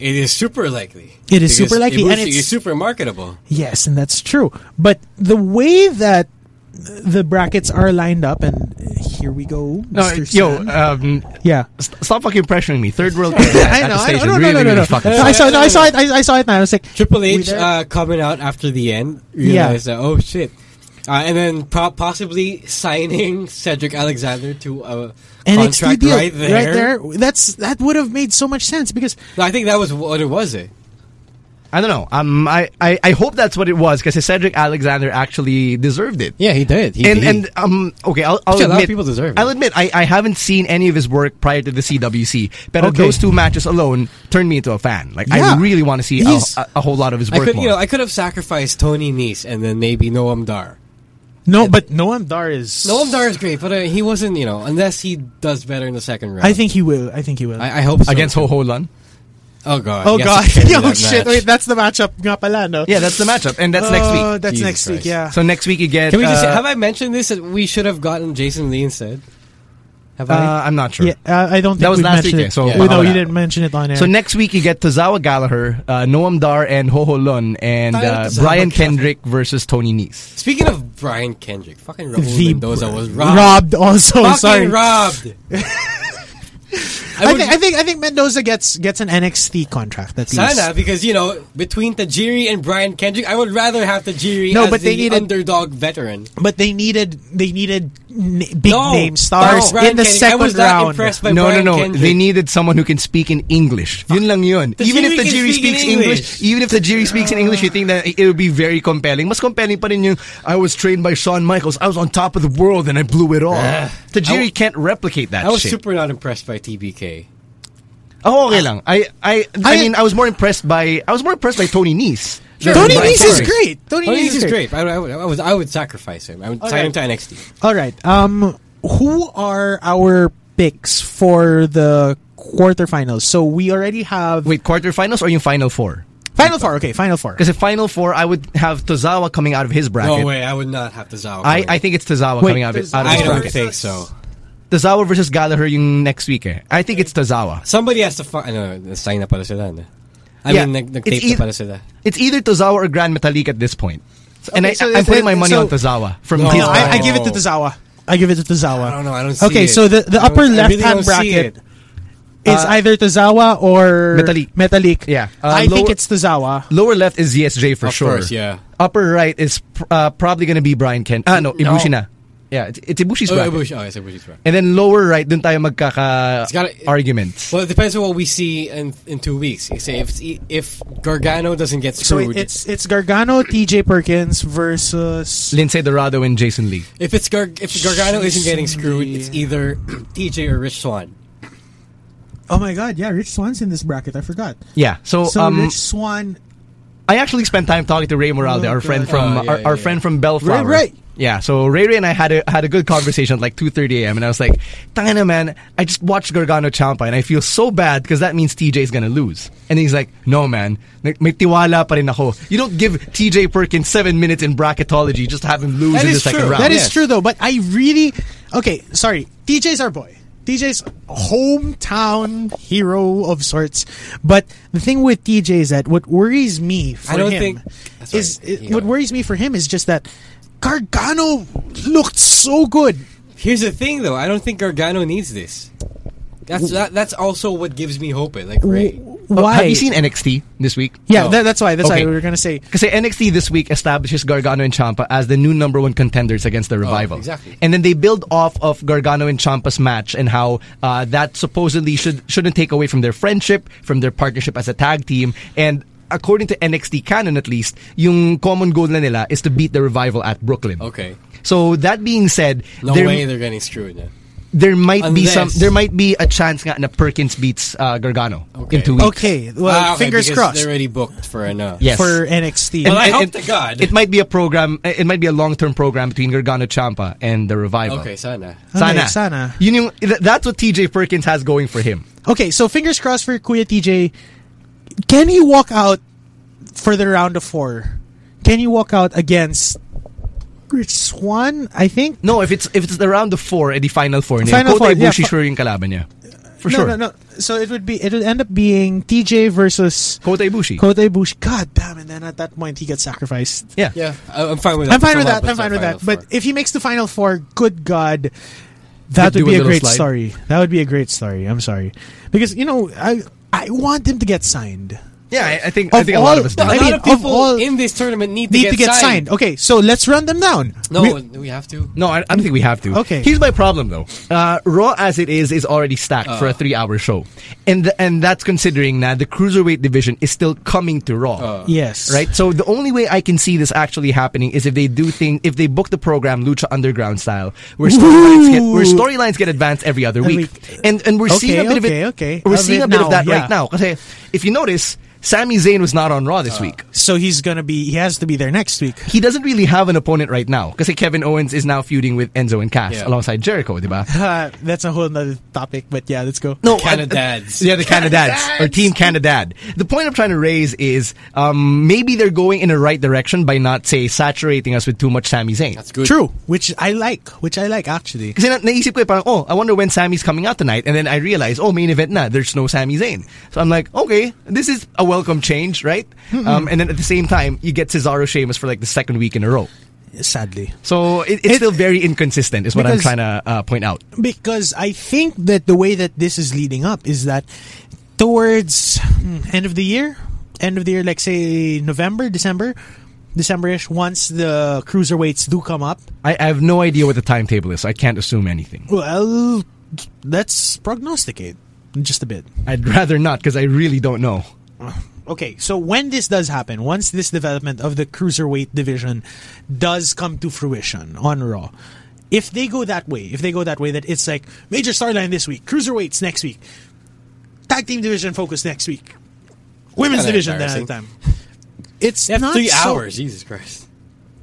Speaker 6: It is super likely.
Speaker 5: It
Speaker 6: Because
Speaker 5: is super likely, and
Speaker 6: Ibushi
Speaker 5: it's-
Speaker 6: is super marketable.
Speaker 5: Yes, and that's true. But the way that the brackets are lined up, and here we go,
Speaker 4: No,
Speaker 5: Mr.
Speaker 4: yo,
Speaker 5: Stan.
Speaker 4: um,
Speaker 5: yeah.
Speaker 4: st- stop fucking pressuring me. Third world country at,
Speaker 5: [LAUGHS] I
Speaker 4: at the
Speaker 5: know, I know,
Speaker 4: station
Speaker 5: no, no,
Speaker 4: really,
Speaker 5: no, no,
Speaker 4: really
Speaker 5: no.
Speaker 4: fucking
Speaker 5: No, I
Speaker 4: sucks.
Speaker 5: saw, no, I saw it, I, I saw it, and I was like,
Speaker 6: Triple
Speaker 5: we
Speaker 6: H
Speaker 5: there?
Speaker 6: uh, coming out after the end realized that oh shit, uh, and then pro- possibly signing [LAUGHS] Cedric Alexander to a
Speaker 5: NXT
Speaker 6: contract
Speaker 5: deal
Speaker 6: right there.
Speaker 5: That's that would have made so much sense because
Speaker 6: No, I think that was what it was. It
Speaker 4: I don't know. Um, I, I, I hope that's what it was because Cedric Alexander actually deserved it.
Speaker 6: yeah, he did. He,
Speaker 4: and
Speaker 6: he-
Speaker 4: and um okay, I'll, I'll
Speaker 6: Actually, a lot of
Speaker 4: admit
Speaker 6: people deserve it.
Speaker 4: I'll admit I, I haven't seen any of his work prior to the CWC, but
Speaker 5: Okay.
Speaker 4: those two matches alone turned me into a fan. Like
Speaker 5: Yeah.
Speaker 4: I really want to see a,
Speaker 5: He's-
Speaker 4: a, a whole lot of his
Speaker 6: I
Speaker 4: work.
Speaker 6: could
Speaker 4: more.
Speaker 6: you know I could have sacrificed Tony Nese and then maybe Noam Dar.
Speaker 5: no, but Noam Dar is
Speaker 6: Noam Dar is great, but uh, he wasn't you know unless he does better in the second round.
Speaker 5: I think he will. I think he will.
Speaker 6: I, I hope so.
Speaker 4: against Ho Ho Lun.
Speaker 6: Oh god.
Speaker 5: oh
Speaker 6: yes,
Speaker 5: god,
Speaker 6: it can't be
Speaker 5: [LAUGHS] oh
Speaker 6: that
Speaker 5: shit!
Speaker 6: match.
Speaker 5: Wait, that's the matchup. Nga pala, no?
Speaker 4: Yeah, that's the matchup, and that's next
Speaker 5: Oh,
Speaker 4: week.
Speaker 5: That's
Speaker 6: Jesus
Speaker 5: next week.
Speaker 6: Christ.
Speaker 5: Yeah.
Speaker 4: So next week you get.
Speaker 6: Uh, Can we just
Speaker 4: uh,
Speaker 6: have I mentioned this? That we should have gotten Jason Lee instead. Have I?
Speaker 4: Uh, I'm not sure.
Speaker 5: yeah, uh, I don't think
Speaker 4: That was
Speaker 5: we
Speaker 4: last
Speaker 5: mentioned
Speaker 4: week,
Speaker 5: it.
Speaker 4: so-
Speaker 5: We-
Speaker 4: Yeah.
Speaker 5: no, you
Speaker 4: Yeah.
Speaker 5: didn't mention it on air.
Speaker 4: So next week you get Tozawa Gallagher, uh, Noam Dar, and Ho Ho Lun, and
Speaker 6: Tayo
Speaker 4: uh,
Speaker 6: Tozawa
Speaker 4: Brian
Speaker 6: Gallagher.
Speaker 4: Kendrick versus Tony Nese.
Speaker 6: Speaking of Brian Kendrick, fucking Raul Mendoza was robbed.
Speaker 5: robbed also.
Speaker 6: Fucking
Speaker 5: sorry, [LAUGHS]
Speaker 6: robbed.
Speaker 5: I,
Speaker 6: would-
Speaker 5: think, I think I think Mendoza gets gets an NXT contract. That's
Speaker 6: Sana, because you know, between Tajiri and Brian Kendrick, I would rather have Tajiri
Speaker 5: No,
Speaker 6: as
Speaker 5: but they
Speaker 6: the
Speaker 5: needed-
Speaker 6: underdog veteran.
Speaker 5: but they needed they needed n- big
Speaker 6: No,
Speaker 5: name
Speaker 6: no,
Speaker 5: stars
Speaker 6: Brian
Speaker 5: in the
Speaker 6: Kendrick.
Speaker 5: second
Speaker 6: I was not
Speaker 5: round.
Speaker 6: impressed by
Speaker 4: No,
Speaker 6: Brian
Speaker 4: no, no.
Speaker 6: Kendrick.
Speaker 4: They needed someone who can speak in English. Yun lang yun.
Speaker 6: Tajiri
Speaker 4: even if
Speaker 6: can
Speaker 4: Tajiri
Speaker 6: speak in
Speaker 4: speaks
Speaker 6: English.
Speaker 4: English, even if Tajiri speaks in English, you think that it would be very compelling. Mas compelling pa rin yung, I was trained by Shawn Michaels. I was on top of the world and I blew it all. Tajiri can't replicate that
Speaker 6: Ah. I was
Speaker 4: shit.
Speaker 6: super not impressed by TBK.
Speaker 4: Ako okay lang. I, I, I,
Speaker 5: I-
Speaker 4: mean, I was more impressed by, I was more impressed by Tony Nese.
Speaker 6: Sure,
Speaker 5: Tony
Speaker 6: Brian
Speaker 5: Nese is
Speaker 6: Kendrick.
Speaker 5: great. Tony Nese
Speaker 6: Nese
Speaker 5: is
Speaker 6: is great. I, I would, I, would, I would sacrifice him. I would sign him to NXT.
Speaker 5: All right. Um, who are our picks for the quarterfinals? So we already have
Speaker 4: Wait, quarterfinals or yung final four?
Speaker 5: final four. Okay, final four.
Speaker 4: Because the final four, I would have Tozawa coming out of his bracket.
Speaker 6: No way, I would not have Tozawa.
Speaker 4: I,
Speaker 6: coming.
Speaker 4: I think it's Tozawa
Speaker 5: Wait,
Speaker 4: coming out of, it- out of
Speaker 6: I
Speaker 4: his
Speaker 6: don't
Speaker 4: bracket.
Speaker 6: think so.
Speaker 4: Tozawa versus Gallagher yung next week eh. I think it's Tozawa.
Speaker 6: Somebody has to find. Ano, sign na pala sila. ano. I
Speaker 4: Yeah,
Speaker 6: mean, nag-
Speaker 4: it's
Speaker 6: nag-tape na
Speaker 5: e-
Speaker 4: eith-
Speaker 6: pala sila.
Speaker 4: It's either Tozawa or Grand Metalik at this point. So- and
Speaker 5: Okay,
Speaker 4: I,
Speaker 5: so
Speaker 4: I'm
Speaker 5: it's-
Speaker 4: putting my money
Speaker 5: so-
Speaker 4: on Tozawa from
Speaker 6: No,
Speaker 4: his
Speaker 5: No, Oh, I, I
Speaker 4: bracket.
Speaker 5: give it to Tozawa. I give it to Tozawa.
Speaker 6: I don't know, I don't see
Speaker 5: okay,
Speaker 6: it.
Speaker 5: so the, the
Speaker 6: I don't-
Speaker 5: upper
Speaker 6: I really
Speaker 5: left hand
Speaker 6: don't see
Speaker 5: bracket.
Speaker 6: it. Uh,
Speaker 5: is either Tozawa or
Speaker 4: Metalik.
Speaker 5: Metalik.
Speaker 4: Yeah. Uh,
Speaker 5: I think
Speaker 4: lower-
Speaker 5: it's Tozawa.
Speaker 4: Lower left is ZSJ for
Speaker 6: Of
Speaker 4: sure.
Speaker 6: course, yeah.
Speaker 4: Upper right is pr- uh, probably going to be Brian Kent. Ah, no, Ibushi na. Yeah, it's, it's Ibushi's
Speaker 6: Oh,
Speaker 4: bracket.
Speaker 6: Ibushi. Oh, it's Ibushi's bracket.
Speaker 4: And then lower right, dun tayo magkaka
Speaker 6: It's gotta-
Speaker 4: arguments.
Speaker 6: Well, it depends on what we see in in two weeks. You say if if Gargano doesn't get
Speaker 5: So
Speaker 6: screwed,
Speaker 5: it- it's it's Gargano, T.J. Perkins versus
Speaker 4: Lindsay Dorado and Jason Lee.
Speaker 6: if it's Gar- if Gargano isn't getting screwed,
Speaker 5: Jeez.
Speaker 6: it's either [CLEARS THROAT] TJ or Rich Swan.
Speaker 5: Oh my God! Yeah, Rich Swan's in this bracket. I forgot.
Speaker 4: Yeah. So,
Speaker 5: So
Speaker 4: um,
Speaker 5: Rich Swan.
Speaker 4: I actually spent time talking to Ray Moralde, our friend from
Speaker 6: Oh, yeah,
Speaker 4: our, our
Speaker 6: yeah.
Speaker 4: friend from Bellflower.
Speaker 5: Ray, Ray.
Speaker 4: Yeah, so Ray Ray and I had a had a good conversation at like 2:30 a.m. and I was like, "Tangina man, I just watched Gargano Champa and I feel so bad because that means TJ is going to lose." And he's like, "No man, Like, may tiwala pa rin ako. You don't give TJ Perkins 7 minutes in bracketology just have him lose
Speaker 6: That
Speaker 4: in the
Speaker 6: is
Speaker 4: second
Speaker 6: true.
Speaker 4: round."
Speaker 5: That is
Speaker 6: Yes.
Speaker 5: true though, but I really okay. Sorry, TJ's our boy. TJ's hometown hero of sorts. But the thing with TJ is that what worries me for
Speaker 6: I don't
Speaker 5: him
Speaker 6: think- Sorry,
Speaker 5: is
Speaker 6: you
Speaker 5: what
Speaker 6: go.
Speaker 5: worries me for him is just that Gargano looked so good.
Speaker 6: Here's the thing, though. I don't think Gargano needs this. That's that, that's also what gives me hope. eh, Like Ray,
Speaker 4: Oh,
Speaker 5: Why?
Speaker 4: Have you seen NXT this week?
Speaker 5: Yeah,
Speaker 6: No.
Speaker 5: that, that's why. That's
Speaker 4: Okay.
Speaker 5: why we were gonna say.
Speaker 4: Because NXT this week establishes Gargano and Champa as the new number one contenders against the revival.
Speaker 6: Oh, exactly.
Speaker 4: And then they build off of Gargano and Champa's match and how uh, that supposedly should shouldn't take away from their friendship, from their partnership as a tag team, and. According to NXT canon, at least, yung common goal na nila is to beat the revival at Brooklyn.
Speaker 6: Okay.
Speaker 4: So that being said,
Speaker 6: no
Speaker 4: there,
Speaker 6: way they're getting screwed. eh.
Speaker 4: there might be some,
Speaker 6: Unless-
Speaker 4: there might be a chance nga na Perkins beats uh, Gargano
Speaker 6: Okay.
Speaker 4: in two weeks.
Speaker 5: Okay, well,
Speaker 6: Ah, okay,
Speaker 5: fingers
Speaker 6: because
Speaker 5: crossed
Speaker 6: They're already booked for enough.
Speaker 4: Yes.
Speaker 5: for NXT.
Speaker 6: Well, I
Speaker 4: And-
Speaker 6: hope
Speaker 4: and-
Speaker 6: to God.
Speaker 4: It might be a program. It might be a long-term program between Gargano Champa and the revival.
Speaker 6: Okay, sana.
Speaker 4: Sana.
Speaker 5: Okay, sana.
Speaker 4: Yun yung- th- that's what TJ Perkins has going for him.
Speaker 5: Okay, so fingers crossed for Kuya TJ. Can he walk out for the round of four? Can he walk out against Rich Swan? I think.
Speaker 4: No, if it's if it's the round of four, eh, the final four. niya.
Speaker 5: Final
Speaker 4: Kota
Speaker 5: four, yeah,
Speaker 4: Ibushi
Speaker 5: fi-
Speaker 4: sure yung kalaban niya. For
Speaker 5: no,
Speaker 4: sure.
Speaker 5: no, no. So it would be it would end up being TJ versus
Speaker 4: Kota Ibushi.
Speaker 5: Kota Ibushi. God damn! And then at that point he gets sacrificed.
Speaker 4: yeah.
Speaker 6: Yeah, I- I'm fine with that.
Speaker 5: I'm fine with
Speaker 6: Somehow
Speaker 5: that. I'm
Speaker 6: puts
Speaker 5: fine with
Speaker 6: final
Speaker 5: that. But
Speaker 6: four.
Speaker 5: if he makes the final four, good God, that
Speaker 4: Could do
Speaker 5: would
Speaker 4: a
Speaker 5: be a
Speaker 4: little
Speaker 5: great
Speaker 4: slide.
Speaker 5: story. That would be a great story. I'm sorry, because you know I I want him to get signed.
Speaker 4: Yeah, I, I think I
Speaker 5: Of
Speaker 4: think a lot
Speaker 5: all-
Speaker 4: of us do.
Speaker 6: But a
Speaker 5: I
Speaker 6: lot
Speaker 5: mean,
Speaker 6: of
Speaker 5: of
Speaker 6: people
Speaker 5: all-
Speaker 6: in this tournament need,
Speaker 5: Need
Speaker 6: to, get signed.
Speaker 5: Okay, so let's run them down.
Speaker 6: No,
Speaker 5: Oh,
Speaker 6: we,
Speaker 5: We-
Speaker 6: have to.
Speaker 4: No, I, I don't think we have to.
Speaker 5: Okay.
Speaker 4: Here's my problem though. Uh, Raw as it is is already stacked for
Speaker 6: Uh.
Speaker 4: a three-hour show, and the, and that's considering that the cruiserweight division is still coming to Raw.
Speaker 6: Uh.
Speaker 5: yes,
Speaker 4: Right? So the only way I can see this actually happening is if they do thing if they book the program Lucha Underground style, where storylines get where storylines get advanced every other
Speaker 5: Every-
Speaker 4: week. And and we're seeing a
Speaker 5: Okay,
Speaker 4: bit of it
Speaker 5: okay, okay.
Speaker 4: we're
Speaker 5: Of
Speaker 4: seeing
Speaker 5: it
Speaker 4: a bit of
Speaker 5: now,
Speaker 4: that right
Speaker 5: yeah.
Speaker 4: now. 'Kasi if you notice, Sami Zayn was not on Raw this week.
Speaker 5: So he's gonna be. He has to be there next week. [LAUGHS]
Speaker 4: He doesn't really have an opponent right now because Kevin Owens is now feuding with Enzo and Cass
Speaker 6: Yeah.
Speaker 4: alongside Jericho, diba?
Speaker 5: Uh, that's a whole nother topic. But yeah, let's go.
Speaker 4: No,
Speaker 6: Canadads.
Speaker 4: Uh, yeah, the Canadads, or Team Canadad. The point I'm trying to raise is um, maybe they're going in the right direction by not, say, saturating us with too much Sami Zayn.
Speaker 6: That's good.
Speaker 5: true. Which I like. Which I like actually.
Speaker 4: Kasi na, naisip ko eh, parang, oh, I wonder when Sammy's coming out tonight. And then I realize, oh, main event na. There's no Sami Zayn. So I'm like, okay, this is a welcome change, right?
Speaker 5: Mm-hmm.
Speaker 4: Um, and then at the same time, you get Cesaro Sheamus for like the second week in a row.
Speaker 5: Sadly,
Speaker 4: So it, it's
Speaker 5: It-
Speaker 4: still very inconsistent is what I'm
Speaker 5: Because-
Speaker 4: trying to uh, point out.
Speaker 5: because I think that the way that this is leading up is that towards hmm, end of the year, end of the year, like say November, December, December-ish. Once the cruiserweights do come up,
Speaker 4: I, I have no idea what the timetable is, so I can't assume anything.
Speaker 5: well, let's prognosticate just a bit.
Speaker 4: I'd rather not because I really don't know.
Speaker 5: Okay, so when this does happen, once this development of the cruiserweight division does come to fruition on Raw, if they go that way, if they go that way, that it's like major storyline this week, cruiserweights next week, tag team division focus next week, women's
Speaker 6: Kinda
Speaker 5: division that other
Speaker 6: embarrassing. [LAUGHS]
Speaker 5: time. It's
Speaker 6: They have
Speaker 5: not
Speaker 6: three
Speaker 5: so,
Speaker 6: hours. Jesus Christ.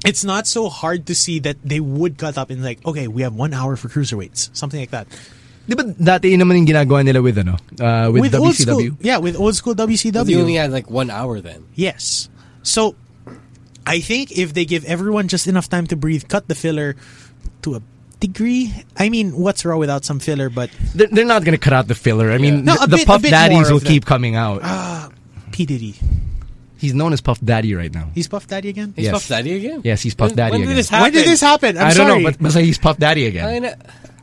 Speaker 5: It's not so hard to see that they would cut up in like, okay, we have one hour for cruiserweights, something like that.
Speaker 4: Di ba dati yun naman yung ginagawa nila with, ano, uh, with, WCW?
Speaker 5: old school, yeah, with old school WCW.
Speaker 6: They only had like one hour then.
Speaker 5: Yes. So I think if they give everyone just enough time to breathe, cut the filler to a degree. I mean, what's wrong without some filler, but
Speaker 4: They're, they're not going to cut out the filler. I mean,
Speaker 5: No,
Speaker 4: th-
Speaker 5: a
Speaker 4: the
Speaker 5: bit- a
Speaker 4: Puff
Speaker 5: bit more
Speaker 4: Daddies
Speaker 5: of
Speaker 4: will
Speaker 5: that. Ah.
Speaker 4: keep coming out.
Speaker 5: P. Diddy.
Speaker 4: He's known as Puff Daddy right now.
Speaker 5: He's Puff Daddy again?
Speaker 6: He's
Speaker 4: Yes.
Speaker 6: Puff Daddy again.
Speaker 4: Yes, he's Puff
Speaker 6: When-
Speaker 4: Daddy
Speaker 6: when
Speaker 4: again.
Speaker 6: Did this
Speaker 5: When did
Speaker 6: happen?
Speaker 5: this happen? I'm
Speaker 4: I do not
Speaker 5: sorry.
Speaker 4: know, but, but he's Puff Daddy
Speaker 6: I
Speaker 4: again.
Speaker 6: know.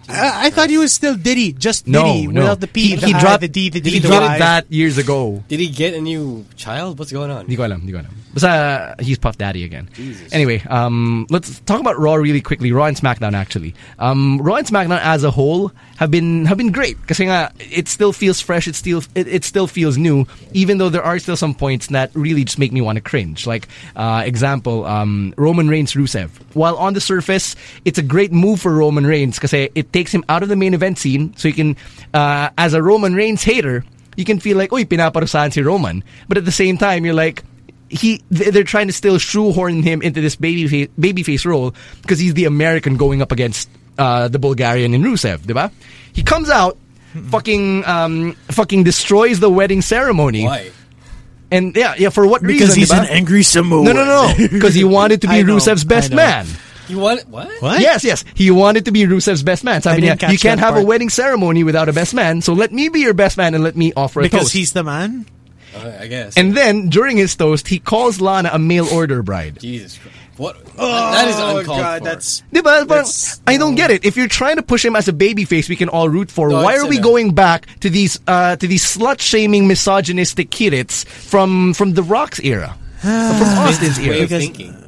Speaker 5: I, I thought he was still Diddy, just Diddy,
Speaker 4: No, no.
Speaker 5: without the P,
Speaker 4: he,
Speaker 5: the
Speaker 4: he
Speaker 5: I,
Speaker 4: dropped
Speaker 5: the D, the D,
Speaker 4: He
Speaker 5: the
Speaker 4: dropped
Speaker 5: Y.
Speaker 4: that years ago.
Speaker 6: Did he get a new child? What's going on?
Speaker 4: Hindi ko alam, hindi ko alam. Basta, he's Puff Daddy again. Anyway, um, let's talk about Raw really quickly. Raw and SmackDown actually. Um, Raw and SmackDown as a whole have been have been great. Kasi nga, it still feels fresh. It still it, it still feels new. Even though there are still some points that really just make me want to cringe. Like uh, example, um, Roman Reigns Rusev. While on the surface, it's a great move for Roman Reigns kasi it takes him out of the main event scene. So you can, uh, as a Roman Reigns hater, you can feel like, uy, pinaparusahan si Roman. But at the same time, you're like, he th- they're trying to still shoehorn him into this baby fa- babyface role because he's the American going up against uh, the Bulgarian in Rusev, diba? He comes out,
Speaker 5: Hmm.
Speaker 4: fucking um, fucking destroys the wedding ceremony,
Speaker 6: Why?
Speaker 4: and yeah, yeah, for what
Speaker 5: because
Speaker 4: reason?
Speaker 5: he's
Speaker 4: diba?
Speaker 5: an angry Samoan.
Speaker 4: no, no, no,
Speaker 5: [LAUGHS]
Speaker 4: because he wanted to
Speaker 5: I
Speaker 4: be
Speaker 5: know,
Speaker 4: Rusev's best
Speaker 5: I know.
Speaker 4: man.
Speaker 6: You want what?
Speaker 5: What?
Speaker 4: Yes, yes. He wanted to be Rusev's best man. So I,
Speaker 5: I
Speaker 4: mean,
Speaker 5: didn't
Speaker 4: yeah, you
Speaker 5: catch
Speaker 4: can't
Speaker 5: that
Speaker 4: have a
Speaker 5: part.
Speaker 4: wedding ceremony without a best man. So let me be your best man and let me offer a
Speaker 5: because
Speaker 4: toast.
Speaker 5: he's the man.
Speaker 6: Uh, I guess.
Speaker 4: And then during his toast, he calls Lana a mail order bride.
Speaker 6: Jesus Christ. What? that is
Speaker 5: Oh
Speaker 6: uncalled
Speaker 5: God,
Speaker 6: for.
Speaker 5: that's
Speaker 4: Diba? But
Speaker 5: That's-
Speaker 4: I don't get it. If you're trying to push him as a babyface, we can all root for.
Speaker 6: No,
Speaker 4: Why
Speaker 6: it's
Speaker 4: are we
Speaker 6: enough.
Speaker 4: going back to these uh, to these slut shaming misogynistic kidits from from the Rock's
Speaker 5: [SIGHS]
Speaker 4: era, from Austin's
Speaker 6: way
Speaker 4: era?
Speaker 6: of
Speaker 5: Because-
Speaker 6: thinking.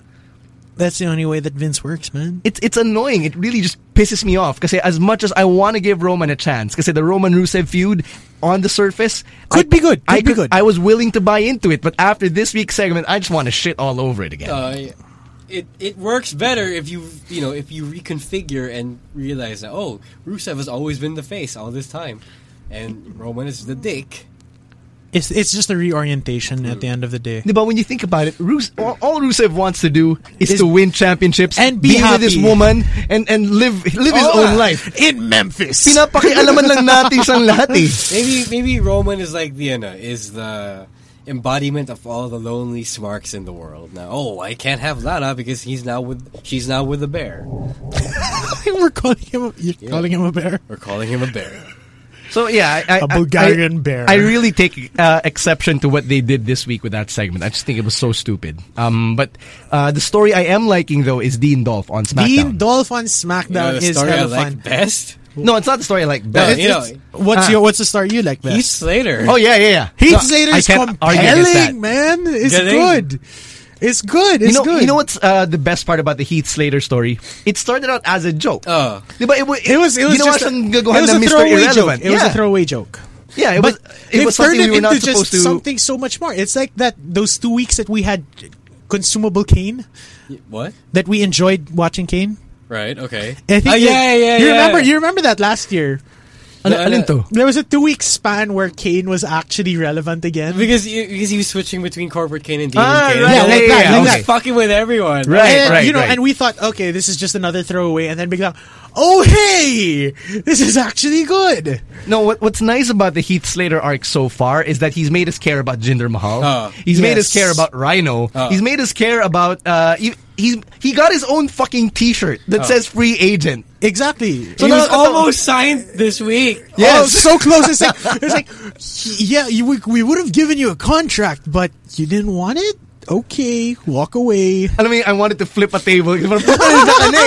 Speaker 5: that's the only way that Vince works, man.
Speaker 4: It's it's annoying. It really just pisses me off. Because as much as I want to give Roman a chance, because the Roman Rusev feud on the surface
Speaker 5: Could
Speaker 4: I-
Speaker 5: be good,
Speaker 4: I
Speaker 5: could be good.
Speaker 4: I was willing to buy into it, but after this week's segment, I just want to shit all over it again.
Speaker 6: Uh, it it works better if you you know if you reconfigure and realize that oh Rusev has always been the face all this time, and Roman is the dick.
Speaker 5: It's it's just a reorientation at the end of the day.
Speaker 4: But when you think about it, Rus- all, all Rusev wants to do is,
Speaker 5: Is-
Speaker 4: to win championships
Speaker 5: and be
Speaker 4: with this
Speaker 5: happy.
Speaker 4: woman, and and live live his
Speaker 5: Oh,
Speaker 4: own life.
Speaker 5: in Memphis.
Speaker 4: Pinapakialaman lang natin [LAUGHS] siyang lahat eh.
Speaker 6: Maybe maybe Roman is like Vienna is the embodiment of all the lonely smarks in the world. Now oh I can't have Lana because he's now with she's now with a bear.
Speaker 4: [LAUGHS]
Speaker 5: We're calling him. A, you're calling him a bear.
Speaker 6: We're calling him a bear.
Speaker 4: So yeah, I, I,
Speaker 5: A
Speaker 4: I-
Speaker 5: Bulgarian
Speaker 4: I-
Speaker 5: bear.
Speaker 4: I really take uh, exception to what they did this week with that segment. I just think it was so stupid. Um, but uh, the story I am liking though is Dean Dolph on SmackDown.
Speaker 5: Dean Dolph on
Speaker 6: You know,
Speaker 5: SmackDown
Speaker 6: the
Speaker 5: is
Speaker 6: story I
Speaker 5: hella
Speaker 6: like
Speaker 5: fun.
Speaker 6: best.
Speaker 4: no, it's not the story I like.
Speaker 6: No,
Speaker 4: But
Speaker 6: you know,
Speaker 5: What's
Speaker 4: Ah.
Speaker 5: your What's the story you like best?
Speaker 6: Heath Slater.
Speaker 4: oh yeah, yeah, yeah.
Speaker 5: Heath
Speaker 4: No,
Speaker 5: Slater
Speaker 4: I
Speaker 5: is
Speaker 4: can't argue against that.
Speaker 5: compelling, man. It's
Speaker 6: Galing.
Speaker 5: good. It's good. It's
Speaker 4: you know,
Speaker 5: good.
Speaker 4: you know what's uh, the best part about the Heath Slater story? It started out as a joke.
Speaker 6: Oh.
Speaker 4: Diba, Uh. it, wa-
Speaker 5: It was. It was
Speaker 4: ginawa
Speaker 5: just. A,
Speaker 4: siyang
Speaker 5: it
Speaker 4: gagawa
Speaker 5: was
Speaker 4: ng
Speaker 5: a
Speaker 4: Mr.
Speaker 5: throwaway
Speaker 4: Irrelevant.
Speaker 5: joke. It was a
Speaker 4: Yeah.
Speaker 5: throwaway joke.
Speaker 4: Yeah, it
Speaker 5: But
Speaker 4: was. It
Speaker 5: they've
Speaker 4: was
Speaker 5: turned
Speaker 4: something we
Speaker 5: it
Speaker 4: were not
Speaker 5: into just
Speaker 4: supposed to.
Speaker 5: something so much more. It's like that. Those two weeks that we had consumable Kane,
Speaker 6: What?
Speaker 5: that we enjoyed watching Kane.
Speaker 6: Right. Okay.
Speaker 5: I think
Speaker 6: oh,
Speaker 5: you-
Speaker 6: yeah, yeah,
Speaker 5: You
Speaker 6: yeah.
Speaker 5: remember? You remember that last year?
Speaker 4: Ano,
Speaker 6: Na-
Speaker 4: alin to?
Speaker 5: There was a two week span where Kane was actually relevant again.
Speaker 6: because you, because he was switching between corporate Kane and Dean
Speaker 4: Ah,
Speaker 6: Kane.
Speaker 4: right,
Speaker 6: Yeah,
Speaker 4: yeah,
Speaker 6: like
Speaker 4: yeah,
Speaker 6: that. He was
Speaker 4: okay.
Speaker 6: fucking with everyone.
Speaker 4: Right.
Speaker 5: and, you know,
Speaker 4: right.
Speaker 5: and we thought, okay, this is just another throwaway, and then big bang, oh hey, this is actually good.
Speaker 4: No, what, what's nice about the Heath Slater arc so far is that he's made us care about Jinder Mahal.
Speaker 6: Uh,
Speaker 4: he's made us
Speaker 5: yes.
Speaker 4: care about Rhino.
Speaker 6: Uh.
Speaker 4: he's made us care about. Uh, he, he's he got his own fucking T-shirt that says free agent.
Speaker 5: Exactly.
Speaker 4: So
Speaker 6: He was
Speaker 4: now-
Speaker 6: almost signed this week.
Speaker 5: Yeah,
Speaker 4: Yes.
Speaker 5: so close.
Speaker 4: [LAUGHS]
Speaker 5: It's like, it's like yeah, you, we, we would have given you a contract, but you didn't want it. Okay, walk away.
Speaker 4: Alam mo yun, I wanted to flip a table. Parang, "Puta, nandiyan ka na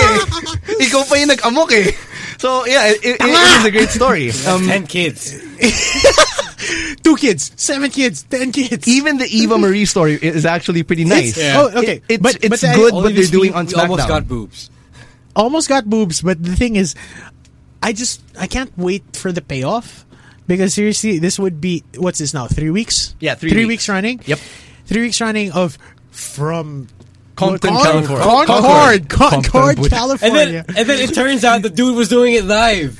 Speaker 5: [LAUGHS]
Speaker 4: eh." Ikaw pa yung nag-amok eh. So yeah, it, it, it is a great story. Um,
Speaker 6: Ten kids.
Speaker 5: Two kids, seven kids, ten kids.
Speaker 4: even the Eva Marie story is actually pretty nice.
Speaker 6: Yeah.
Speaker 5: Oh, okay.
Speaker 4: It- it's
Speaker 5: But-
Speaker 4: it's
Speaker 5: but I-
Speaker 4: good
Speaker 6: Only
Speaker 4: what they're
Speaker 6: this
Speaker 4: doing
Speaker 6: week,
Speaker 4: on
Speaker 6: we
Speaker 4: SmackDown.
Speaker 6: Almost got boobs.
Speaker 5: Almost got boobs, but the thing is, I just I can't wait for the payoff because seriously, this would be what's this now? Three weeks?
Speaker 4: Yeah, three
Speaker 5: three
Speaker 4: weeks.
Speaker 5: weeks running.
Speaker 4: Yep.
Speaker 5: three weeks running of from
Speaker 4: Compton,
Speaker 5: Con-
Speaker 4: California. Concord.
Speaker 5: Concord, Concord,
Speaker 4: Compton,
Speaker 6: And then
Speaker 5: California.
Speaker 6: and then it turns out the dude was doing it live.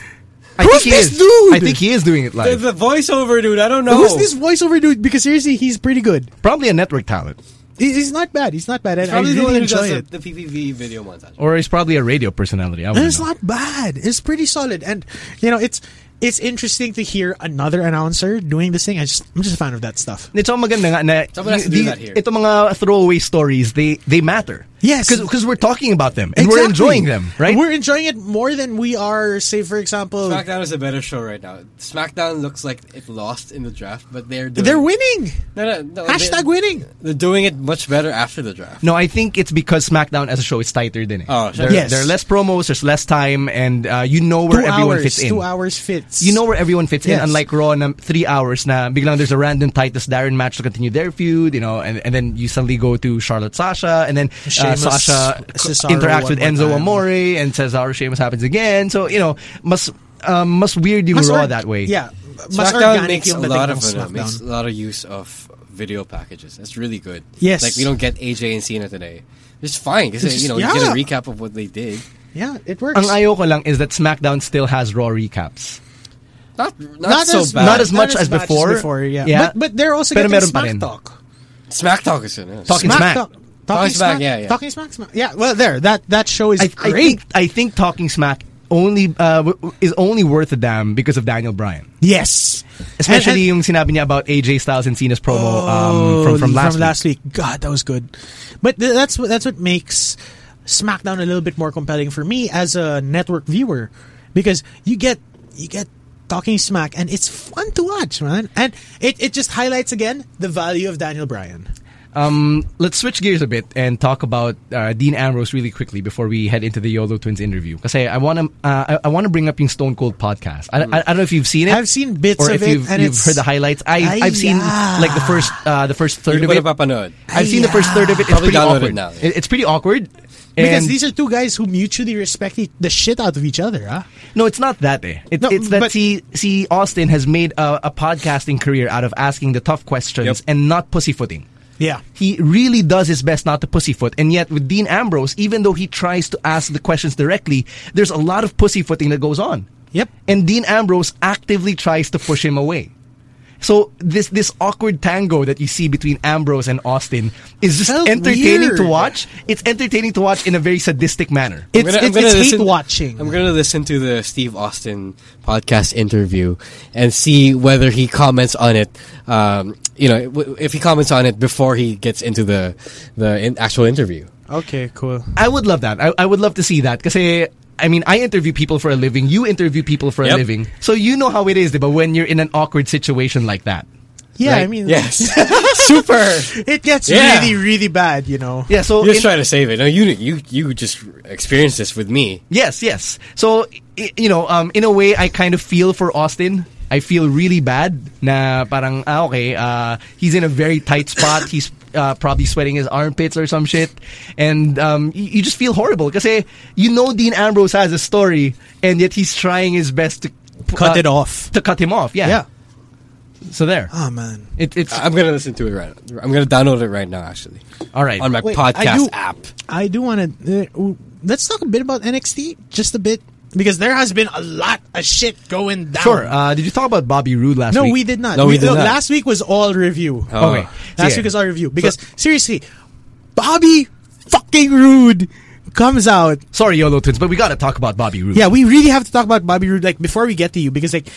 Speaker 4: I
Speaker 5: Who's
Speaker 4: think he
Speaker 5: this
Speaker 4: is.
Speaker 5: dude?
Speaker 4: I think he is doing it
Speaker 6: The,
Speaker 4: live.
Speaker 6: the voiceover dude. I don't know.
Speaker 5: Who's this voiceover dude? Because seriously, he's pretty good.
Speaker 4: Probably a network talent.
Speaker 5: He- He's not bad. He's not bad. I, I
Speaker 6: Probably the one
Speaker 5: really
Speaker 6: who
Speaker 5: enjoy
Speaker 6: does
Speaker 5: it.
Speaker 6: the, the PPV video montage.
Speaker 4: Or he's probably a radio personality. I
Speaker 5: And
Speaker 4: wouldn't
Speaker 5: it's
Speaker 4: know.
Speaker 5: not bad. It's pretty solid. And you know, it's it's interesting to hear another announcer doing this thing. I just I'm just a fan of that stuff.
Speaker 4: It's all maganda nga na
Speaker 6: Someone has to do
Speaker 4: the-
Speaker 6: that here.
Speaker 4: Ito mga throwaway stories, they they matter.
Speaker 5: Yes.
Speaker 4: Because we're talking about them and
Speaker 5: Exactly.
Speaker 4: we're enjoying them, right?
Speaker 5: We're enjoying it more than we are, say, for example,
Speaker 6: SmackDown is a better show right now. SmackDown looks like it lost in the draft, but they're doing
Speaker 5: they're winning.
Speaker 6: No, no, no, they-
Speaker 5: Hashtag winning.
Speaker 6: They're doing it much better after the draft.
Speaker 4: no, I think it's because SmackDown as a show is tighter than it.
Speaker 6: Oh, sure.
Speaker 4: there,
Speaker 5: Yes.
Speaker 4: there are less promos, there's less time, and uh, you know where
Speaker 5: Two
Speaker 4: everyone
Speaker 5: hours.
Speaker 4: fits in.
Speaker 5: Two hours fits.
Speaker 4: You know where everyone fits in,
Speaker 5: Yes.
Speaker 4: unlike Raw na three hours na biglang there's a random Titus Darren match to continue their feud, you know, and, and then you suddenly go to Charlotte Sasha, and then uh,
Speaker 5: Sheamus,
Speaker 4: Sasha
Speaker 5: Cesaro
Speaker 4: interacts
Speaker 5: one
Speaker 4: with
Speaker 5: more
Speaker 4: Enzo
Speaker 5: time.
Speaker 4: Amore, and Cesaro Sheamus happens again. So, you know, mas, um, mas weird yung
Speaker 5: Mas
Speaker 4: Raw
Speaker 5: org-
Speaker 4: that way.
Speaker 5: Yeah. Mas
Speaker 6: SmackDown
Speaker 5: organic
Speaker 6: makes a
Speaker 5: yung dating
Speaker 6: lot of
Speaker 5: ng
Speaker 6: ano, makes a
Speaker 5: SmackDown.
Speaker 6: lot of use of video packages. That's really good.
Speaker 5: Yes.
Speaker 6: like we don't get AJ and Cena today. It's fine
Speaker 5: It's
Speaker 6: because you know
Speaker 5: just-
Speaker 6: you get a
Speaker 5: yeah.
Speaker 6: recap of what they did.
Speaker 5: Yeah, it works.
Speaker 4: Ang ayoko lang is that SmackDown still has Raw recaps.
Speaker 6: Not not,
Speaker 5: not
Speaker 6: so
Speaker 5: as
Speaker 6: bad.
Speaker 4: Not as much as before.
Speaker 5: yeah.
Speaker 4: Yeah.
Speaker 5: But, but they're also
Speaker 4: Pero
Speaker 5: getting
Speaker 4: meron pa
Speaker 5: smack
Speaker 4: rin.
Speaker 5: talk.
Speaker 6: Smack Talk is in it.
Speaker 4: Talking
Speaker 6: Smack-
Speaker 4: Smack.
Speaker 5: Talk. Talking,
Speaker 6: Talking
Speaker 5: smack,
Speaker 6: Smack, yeah, yeah.
Speaker 5: Talking smack, smack. Yeah, well, there. That that show is
Speaker 4: I, I
Speaker 5: great.
Speaker 4: think I think talking smack only uh, w- w- is only worth a damn because of Daniel Bryan.
Speaker 5: yes,
Speaker 4: Especially
Speaker 5: And- and-
Speaker 4: yung sinabi niya about AJ Styles and Cena's promo um,
Speaker 5: Oh,
Speaker 4: from, from last week.
Speaker 5: week. God, that was good. But th- that's what that's what makes SmackDown a little bit more compelling for me as a network viewer because you get you get talking smack and it's fun to watch, man. And it, it just highlights again the value of Daniel Bryan.
Speaker 4: Let's switch gears a bit and talk about uh, Dean Ambrose really quickly before we head into the YOLO Twins interview. Because I want to uh, I, I want to bring up yung Stone Cold podcast. I, I, I don't know if you've seen it.
Speaker 5: I've seen bits
Speaker 4: or
Speaker 5: of
Speaker 4: if
Speaker 5: it,
Speaker 4: you've,
Speaker 5: and
Speaker 4: you've
Speaker 5: it's-
Speaker 4: heard the highlights. I,
Speaker 5: Ay,
Speaker 4: I've seen
Speaker 5: yeah.
Speaker 4: like the first uh, the first third
Speaker 6: You
Speaker 4: of
Speaker 6: better
Speaker 4: it.
Speaker 6: papanood.
Speaker 4: I've seen the first third of it. It's
Speaker 6: Probably
Speaker 4: pretty
Speaker 6: download it
Speaker 4: awkward.
Speaker 6: now.
Speaker 4: It- it's pretty awkward.
Speaker 5: Because
Speaker 4: and-
Speaker 5: these are two guys who mutually respect e- the shit out of each other, huh?
Speaker 4: No, it's not that. Eh. It,
Speaker 5: No,
Speaker 4: it's that
Speaker 5: but-
Speaker 4: see, see, Austin has made a, a podcasting career out of asking the tough questions
Speaker 6: Yep.
Speaker 4: and not pussyfooting.
Speaker 5: Yeah.
Speaker 4: He really does his best not to pussyfoot. And yet, with Dean Ambrose, even though he tries to ask the questions directly, there's a lot of pussyfooting that goes on.
Speaker 5: Yep.
Speaker 4: And Dean Ambrose actively tries to push him away. So this this awkward tango that you see between Ambrose and Austin is just
Speaker 5: Felt
Speaker 4: entertaining to
Speaker 5: weird.
Speaker 4: watch. It's entertaining to watch in a very sadistic manner.
Speaker 5: It's,
Speaker 6: I'm gonna-
Speaker 5: it's,
Speaker 6: I'm
Speaker 5: it's
Speaker 6: gonna
Speaker 5: hate
Speaker 6: listen-
Speaker 5: watching.
Speaker 6: I'm gonna listen to the Steve Austin podcast interview and see whether he comments on it. Um, you know, w- if he comments on it before he gets into the the in- actual interview.
Speaker 5: okay, cool.
Speaker 4: I would love that. I, I would love to see that because. I mean, I interview people for a living. You interview people for a
Speaker 6: Yep.
Speaker 4: living, so you know how it is. But when you're in an awkward situation like that,
Speaker 5: Yeah, I
Speaker 4: Right?
Speaker 5: mean, [LAUGHS]
Speaker 6: Yes, [LAUGHS]
Speaker 5: super. It gets
Speaker 6: Yeah.
Speaker 5: really, really bad, you know.
Speaker 4: yeah. So
Speaker 6: you just
Speaker 4: in-
Speaker 6: try to save it. No, you you you just experienced this with me.
Speaker 4: Yes, yes. So i- you know, um, in a way, I kind of feel for Austin. I feel really bad. Na parang ah, okay, uh, he's in a very tight spot. He's uh, probably sweating his armpits or some shit, and um, y- you just feel horrible because you know Dean Ambrose has a story, and yet he's trying his best to
Speaker 5: Cut
Speaker 4: uh,
Speaker 5: it off.
Speaker 4: to cut him off. Yeah.
Speaker 5: Yeah.
Speaker 4: So there.
Speaker 5: Oh man.
Speaker 4: It, it's
Speaker 6: I'm gonna listen to it right. I'm gonna download it right now. Actually,
Speaker 4: all right.
Speaker 6: on my
Speaker 5: Wait, I
Speaker 6: podcast
Speaker 5: do-
Speaker 6: app.
Speaker 5: I do want to. Uh, let's talk a bit about NXT, just a bit, because there has been a lot of shit going down.
Speaker 4: sure. Uh, did you talk about Bobby Roode last
Speaker 5: no,
Speaker 4: week?
Speaker 5: we did not.
Speaker 6: No, we did not.
Speaker 5: Last week was all review.
Speaker 6: Oh.
Speaker 4: Okay.
Speaker 5: Last
Speaker 4: Sige.
Speaker 5: week was all review because seriously, Bobby fucking Rude comes out
Speaker 4: Sorry, Yolo Twins, but we got to talk about Bobby Roode.
Speaker 5: Yeah, we really have to talk about Bobby Roode like before we get to you because like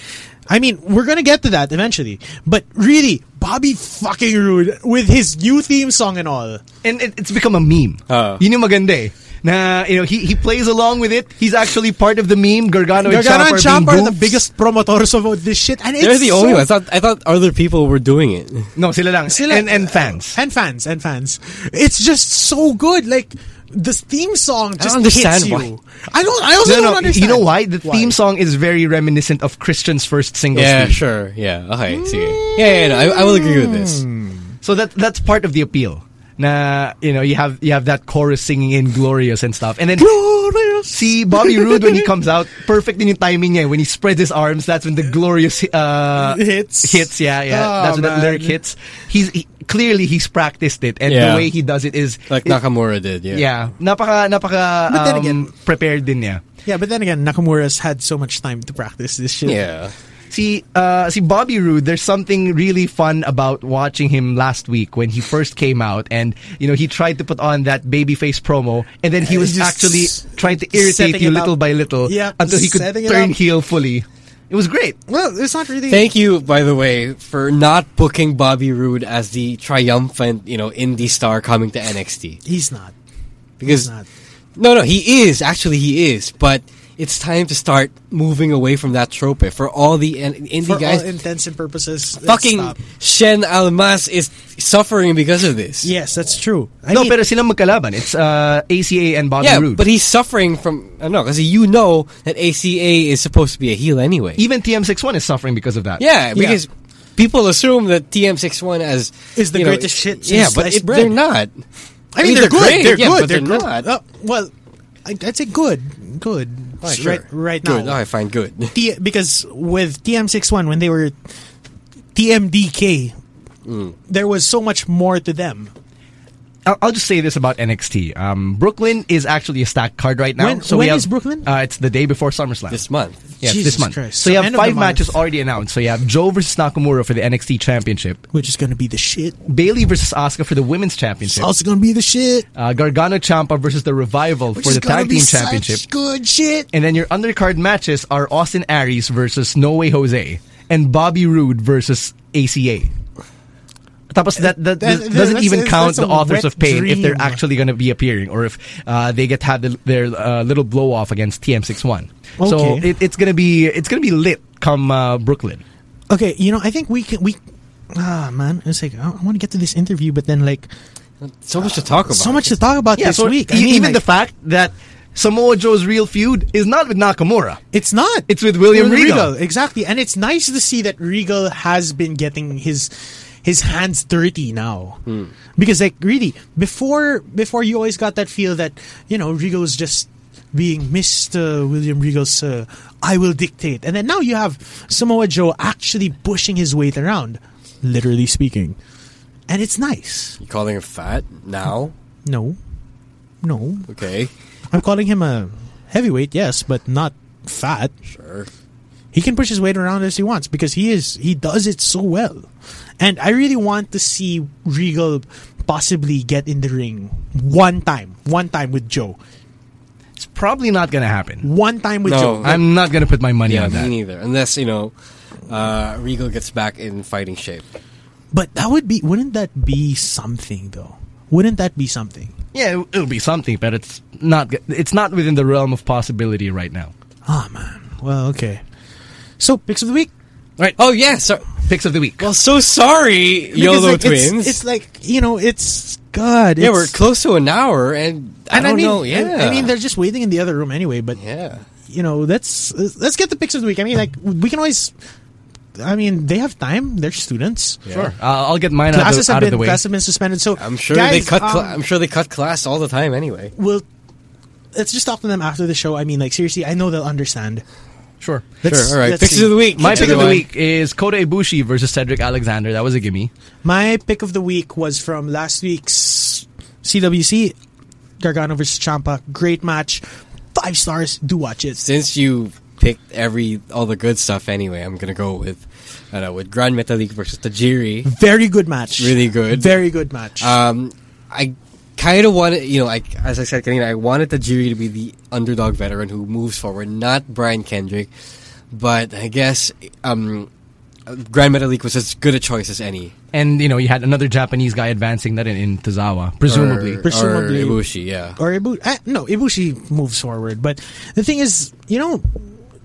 Speaker 5: I mean, we're going to get to that eventually. But really, Bobby fucking Roode with his new theme song and all.
Speaker 4: and it, it's become a meme.
Speaker 6: Ah.
Speaker 4: Yun yung maganda eh. Na, you know, he, he plays along with it. He's actually part of the meme. Gargano,
Speaker 5: Gargano and
Speaker 4: and Ciampa
Speaker 5: Champ are
Speaker 4: being
Speaker 5: the
Speaker 4: goofs.
Speaker 5: biggest promoters of this shit and it's
Speaker 6: They're the
Speaker 5: so-
Speaker 6: only ones. I thought I thought other people were doing it.
Speaker 4: No, sila lang.
Speaker 5: Sila-
Speaker 4: and, and fans.
Speaker 5: And fans, and fans. It's just so good. Like this theme song just
Speaker 6: understand
Speaker 5: hits you.
Speaker 6: why.
Speaker 5: I don't I also
Speaker 4: no,
Speaker 5: don't
Speaker 4: no,
Speaker 5: understand.
Speaker 4: you know why? The theme song is very reminiscent of Christian's first single
Speaker 6: Yeah,
Speaker 4: theme.
Speaker 6: sure. Yeah. Okay. See. Yeah, yeah, no, I, I will agree with this.
Speaker 4: So that that's part of the appeal. Na, you know, you have you have that chorus singing in glorious and stuff. And then
Speaker 5: Glorious.
Speaker 4: [LAUGHS] see Bobby Roode when he comes out, perfect in yung timing niya. eh. When he spreads his arms, that's when the glorious uh,
Speaker 5: Hits.
Speaker 4: Hits, yeah, yeah.
Speaker 5: Oh,
Speaker 4: that's when that
Speaker 5: man.
Speaker 4: lyric hits. He's he, clearly he's practiced it, and
Speaker 6: Yeah.
Speaker 4: the way he does it is
Speaker 6: Like
Speaker 4: it-
Speaker 6: Nakamura did. Yeah.
Speaker 4: Yeah, napaka napaka
Speaker 5: But then
Speaker 4: um,
Speaker 5: again-
Speaker 4: prepared din niya.
Speaker 5: Yeah, but then again, Nakamura's had so much time to practice this shit.
Speaker 6: Yeah.
Speaker 4: See, uh, see Bobby Roode. There's something really fun about watching him last week when he first came out, and you know he tried to put on that babyface promo, and then he
Speaker 5: And
Speaker 4: was
Speaker 5: Uh, just
Speaker 4: actually trying to
Speaker 5: setting
Speaker 4: irritate you
Speaker 5: it up.
Speaker 4: little by little
Speaker 5: Yeah,
Speaker 4: until he could
Speaker 5: setting it
Speaker 4: turn
Speaker 5: up.
Speaker 4: heel fully. It was great.
Speaker 5: Well, it's not really
Speaker 6: Thank you, by the way, for not booking Bobby Roode as the triumphant, you know, indie star coming to NXT.
Speaker 5: He's not.
Speaker 6: because no, no, he is actually he is, but it's time to start moving away from that trope eh, for all the in- indie
Speaker 5: For
Speaker 6: guys.
Speaker 5: all intents and purposes, let's
Speaker 6: fucking
Speaker 5: stop.
Speaker 6: Shen Almas is suffering because of this.
Speaker 5: Yes, that's true. I
Speaker 4: no,
Speaker 5: mean,
Speaker 4: pero sila magkalaban. It's uh, ACA and Bobby
Speaker 6: Yeah,
Speaker 4: Roode.
Speaker 6: but he's suffering from I know because you know that ACA is supposed to be a heel anyway.
Speaker 4: even TM61 is suffering because of that.
Speaker 6: Yeah, because people assume that TM61 as
Speaker 5: Is the
Speaker 6: you know,
Speaker 5: greatest shit since
Speaker 6: Yeah, but
Speaker 5: sliced
Speaker 6: it-
Speaker 5: bread.
Speaker 6: they're not.
Speaker 5: I mean, they're, good.
Speaker 6: great,
Speaker 5: They're
Speaker 6: yeah,
Speaker 5: good.
Speaker 6: but
Speaker 5: they're,
Speaker 6: they're,
Speaker 5: good.
Speaker 6: not.
Speaker 5: Uh, well, I, I'd say good. Good.
Speaker 6: Alright,
Speaker 5: Oh, right,
Speaker 6: sure.
Speaker 5: right now.
Speaker 6: good. Oh, I find
Speaker 5: [LAUGHS]
Speaker 6: good.
Speaker 5: T- because with TM61 when they were TMDK, there was so much more to them.
Speaker 4: I'll, I'll just say this about NXT. Um, Brooklyn is actually a stacked card right now.
Speaker 5: When-
Speaker 4: so
Speaker 5: when
Speaker 4: we have,
Speaker 5: is Brooklyn?
Speaker 4: Uh, it's the day before SummerSlam.
Speaker 6: This month,
Speaker 4: Yeah, it's
Speaker 5: Jesus
Speaker 4: this month.
Speaker 5: Christ.
Speaker 4: So you have
Speaker 5: End of the
Speaker 4: five
Speaker 5: month.
Speaker 4: matches already announced. So you have Joe versus Nakamura for the NXT Championship,
Speaker 5: Which is going to be the shit.
Speaker 4: Bailey versus Asuka for the Women's
Speaker 5: It's
Speaker 4: Championship,
Speaker 5: also going to be the shit.
Speaker 4: uh, Gargano Champa versus the Revival
Speaker 5: Which
Speaker 4: for
Speaker 5: is
Speaker 4: the
Speaker 5: gonna
Speaker 4: Tag
Speaker 5: be
Speaker 4: Team
Speaker 5: such
Speaker 4: Championship,
Speaker 5: good shit.
Speaker 4: and then your undercard matches are Austin Aries versus No Way Jose and Bobby Roode versus ACA. Tapos that, that,
Speaker 5: That-
Speaker 4: does-
Speaker 5: that-
Speaker 4: doesn't
Speaker 5: that's-
Speaker 4: even
Speaker 5: that's
Speaker 4: count
Speaker 5: a
Speaker 4: the authors
Speaker 5: wet
Speaker 4: of pain if they're
Speaker 5: dream.
Speaker 4: actually going to be appearing or if uh, they get to have the, their uh, little blow off against TM61. So
Speaker 5: Okay.
Speaker 4: it, it's gonna be it's gonna be lit come uh, Brooklyn.
Speaker 5: Okay, you know, I think we can we. Ah man, it's like I, I want to get to this interview, but then like
Speaker 6: so much to talk about.
Speaker 5: so much to talk about this
Speaker 4: so e-
Speaker 5: week. I mean,
Speaker 4: even
Speaker 5: like,
Speaker 4: the fact that Samoa Joe's real feud is not with Nakamura.
Speaker 5: It's not.
Speaker 4: It's with William Regal.
Speaker 5: Exactly. And it's nice to see that Regal has been getting his his hands dirty now.
Speaker 4: Hmm.
Speaker 5: Because like really, before before you always got that feel that, you know, Regal was just being Mr. William Regal's uh, I will dictate. And then now you have Samoa Joe actually pushing his weight around, literally speaking. And it's nice.
Speaker 6: You calling him fat now?
Speaker 5: No. No.
Speaker 6: Okay,
Speaker 5: I'm calling him a heavyweight, yes, but not fat.
Speaker 6: sure.
Speaker 5: he can push his weight around as he wants because he is he does it so well and i really want to see regal possibly get in the ring one time one time with joe
Speaker 4: It's probably not gonna happen.
Speaker 5: one time with
Speaker 6: No.
Speaker 5: joe
Speaker 4: I'm not gonna put my money
Speaker 6: Yeah,
Speaker 4: on
Speaker 6: me
Speaker 4: that.
Speaker 6: neither. Unless you know, uh, Regal gets back in fighting shape.
Speaker 5: but that would be wouldn't that be something though wouldn't that be something
Speaker 4: Yeah, it- it'll be something, but it's not. g- It's not within the realm of possibility right now.
Speaker 5: oh man well okay so picks of the week
Speaker 6: Oh yeah, so
Speaker 4: Picks of the week.
Speaker 6: well, so sorry,
Speaker 5: Because,
Speaker 6: Yolo
Speaker 5: like, it's-
Speaker 6: twins.
Speaker 5: it's, like you know it's god
Speaker 6: yeah,
Speaker 5: it's-
Speaker 6: we're close to an hour, and I
Speaker 5: and
Speaker 6: don't
Speaker 5: I mean,
Speaker 6: know.
Speaker 5: I-
Speaker 6: Yeah,
Speaker 5: I, mean, they're just waiting in the other room anyway. But
Speaker 6: yeah.
Speaker 5: you know, let's let's get the picks of the week. I mean, like we can always. I mean, they have time. They're students.
Speaker 4: Sure, uh, I'll get mine out,
Speaker 5: Classes
Speaker 4: of, out
Speaker 5: have
Speaker 4: of the way.
Speaker 5: been classes have been suspended. So
Speaker 6: I'm sure
Speaker 5: guys,
Speaker 6: they cut. Cla- I'm
Speaker 5: um,
Speaker 6: sure they cut class all the time anyway.
Speaker 5: we'll let's just talk to them after the show. I mean, like seriously, I know they'll understand.
Speaker 4: Sure.
Speaker 5: Let's-
Speaker 6: sure. All right.
Speaker 5: let's
Speaker 6: Picks
Speaker 5: see.
Speaker 6: of the week.
Speaker 4: My pick of the
Speaker 6: everyone.
Speaker 4: week is Kota Ibushi versus Cedric Alexander. That was a gimme.
Speaker 5: My pick of the week was from last week's CWC Gargano versus Champa. Great match. Five stars. Do watch it.
Speaker 6: Since you picked every all the good stuff anyway, I'm gonna go with I don't know with Grand Metalik versus Tajiri.
Speaker 5: Very good match.
Speaker 6: Really good.
Speaker 5: Very good match.
Speaker 6: Um, I kind of wanted, you know, I, as I said, Kanina, I wanted the jury to be the underdog veteran who moves forward, not Brian Kendrick. But I guess um, Grand Metal League was as good a choice as any.
Speaker 4: And you know, you had another Japanese guy advancing that in, in Tozawa, presumably.
Speaker 6: Or,
Speaker 5: Presumably.
Speaker 6: Or Ibushi, yeah.
Speaker 5: or Ibu- uh, no Ibushi moves forward. But the thing is, you know,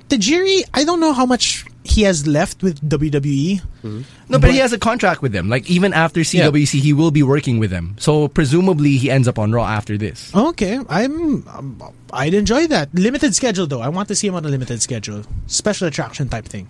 Speaker 5: Tajiri. I don't know how much he has left with E. WWE.
Speaker 4: no, but, he has a contract with them. Like even after CWC, he will be working with them. So presumably, he ends up on Raw after this.
Speaker 5: Okay, I'm. Um, I'd enjoy that limited schedule though. I want to see him on a limited schedule, special attraction type thing.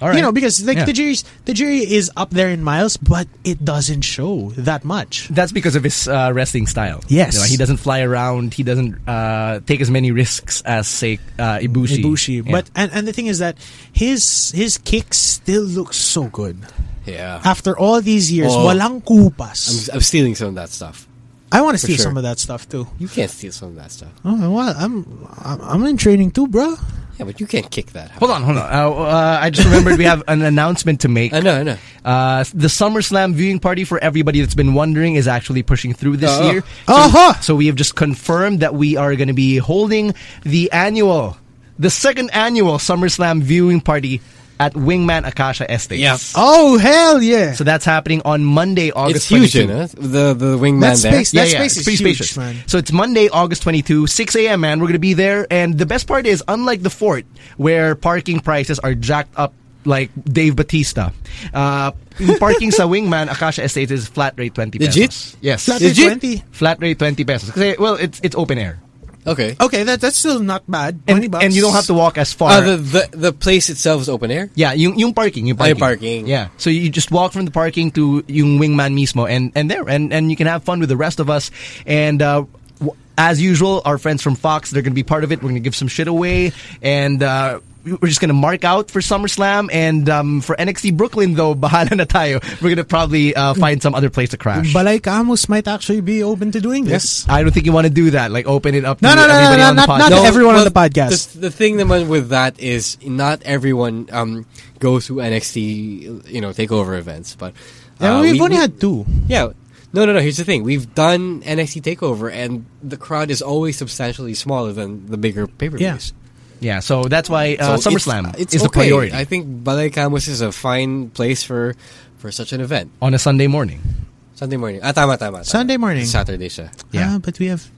Speaker 4: All right.
Speaker 5: You know, because like
Speaker 4: Yeah.
Speaker 5: Tajiri's Tajiri is up there in miles, but it doesn't show that much.
Speaker 4: That's because of his uh, wrestling style.
Speaker 5: Yes.
Speaker 4: You know, he doesn't fly around. He doesn't uh, take as many risks as, say, uh, Ibushi.
Speaker 5: Ibushi,
Speaker 4: Yeah.
Speaker 5: but and, and the thing is that his his kicks still look so good
Speaker 6: Yeah.
Speaker 5: after all these years.
Speaker 6: Oh.
Speaker 5: walang kupas.
Speaker 6: I'm, I'm stealing some of that stuff.
Speaker 5: i want to see
Speaker 6: sure.
Speaker 5: some of that stuff too.
Speaker 6: You can't steal some of that stuff.
Speaker 5: Oh well, I'm I'm, I'm in training too, bro.
Speaker 6: Yeah, but you can't kick that. Hard.
Speaker 4: Hold on, hold on. Uh, uh, I just remembered we have an announcement to
Speaker 6: [LAUGHS]
Speaker 4: make.
Speaker 6: I know, I know.
Speaker 4: Uh, the SummerSlam viewing party for everybody that's been wondering is actually pushing through this
Speaker 6: Oh.
Speaker 4: year. So,
Speaker 5: Aha!
Speaker 4: so we have just confirmed that we are going to be holding the annual, the second annual SummerSlam viewing party at Wingman Akasha Estates.
Speaker 6: Yeah.
Speaker 5: Oh hell yeah!
Speaker 4: So that's happening on Monday,
Speaker 6: It's
Speaker 4: August
Speaker 6: huge,
Speaker 4: 22.
Speaker 6: you know? The, the wingman
Speaker 5: That
Speaker 6: there.
Speaker 5: space- that
Speaker 4: yeah,
Speaker 5: space
Speaker 4: yeah.
Speaker 5: is
Speaker 4: Pretty
Speaker 5: huge,
Speaker 4: spacious.
Speaker 5: man.
Speaker 4: So it's Monday, August 22, 6 a.m., man. We're going to be there. And the best part is, unlike the fort, where parking prices are jacked up like Dave Batista, uh, yung parking
Speaker 5: [LAUGHS]
Speaker 4: sa Wingman, Akasha Estates is flat rate 20 pesos.
Speaker 6: Legit?
Speaker 4: Yes.
Speaker 5: Flat
Speaker 6: Legit?
Speaker 5: rate 20.
Speaker 4: Flat rate 20 pesos. Kasi, well, it's, it's open air.
Speaker 6: Okay.
Speaker 5: Okay, that that's still not bad.
Speaker 4: And,
Speaker 5: 20 bucks.
Speaker 4: and you don't have to walk as far.
Speaker 6: Uh, the, the, the place itself is open air?
Speaker 4: Yeah, yung, yung parking, yung
Speaker 6: Oh,
Speaker 4: parking.
Speaker 6: yung parking.
Speaker 4: Yeah. So you just walk from the parking to yung wingman mismo and, and there. And, and you can have fun with the rest of us. And, uh, w- as usual, our friends from Fox, they're going to be part of it. We're going to give some shit away. And, uh, we're just going to mark out for SummerSlam. And, um, for NXT Brooklyn, though, [LAUGHS] bahala na tayo. We're going to probably, uh, find some other place to crash.
Speaker 5: Balay Camus might actually be open to doing this.
Speaker 4: I don't think you want to do that. Like, open it up to
Speaker 5: No, no, no, no,
Speaker 4: everybody
Speaker 5: no,
Speaker 4: on the
Speaker 5: not- not
Speaker 4: podcast.
Speaker 5: to everyone on the podcast.
Speaker 6: The, the thing the one with that is not everyone um, goes to NXT, you know, takeover events. But
Speaker 5: Yeah,
Speaker 6: uh,
Speaker 5: we've
Speaker 6: we-
Speaker 5: only
Speaker 6: we-
Speaker 5: had two.
Speaker 6: Yeah. No, no, no. Here's the thing: we've done NXT Takeover, and the crowd is always substantially smaller than the bigger pay-per-views.
Speaker 4: Yeah, so that's why
Speaker 6: So
Speaker 4: uh,
Speaker 6: it's-
Speaker 4: SummerSlam
Speaker 6: it's
Speaker 4: is the
Speaker 6: okay.
Speaker 4: priority
Speaker 6: I think Balay Camus is a fine place for for such an event.
Speaker 4: on a Sunday morning.
Speaker 5: Um,
Speaker 6: Sunday morning. Ah, tama, tama, tama.
Speaker 5: Sunday morning.
Speaker 6: Saturday siya.
Speaker 4: Yeah.
Speaker 5: Ah, but we have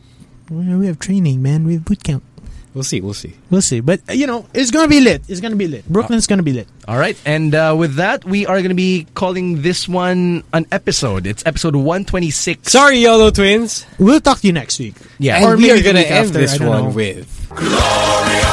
Speaker 5: we have training, man. We have boot camp.
Speaker 6: We'll see. We'll see.
Speaker 5: We'll see. But uh, you know, it's gonna be lit. It's gonna be lit. Brooklyn's gonna be lit.
Speaker 4: All right, and uh, with that, we are going to be calling this one an episode. It's episode 126.
Speaker 6: Sorry, YOLO twins.
Speaker 5: We'll talk to you next week.
Speaker 4: Yeah.
Speaker 6: And
Speaker 5: Or
Speaker 6: we
Speaker 5: maybe
Speaker 6: are
Speaker 5: the
Speaker 6: going to
Speaker 5: week
Speaker 6: end
Speaker 5: after,
Speaker 6: this
Speaker 5: I
Speaker 6: one
Speaker 5: don't know.
Speaker 6: with.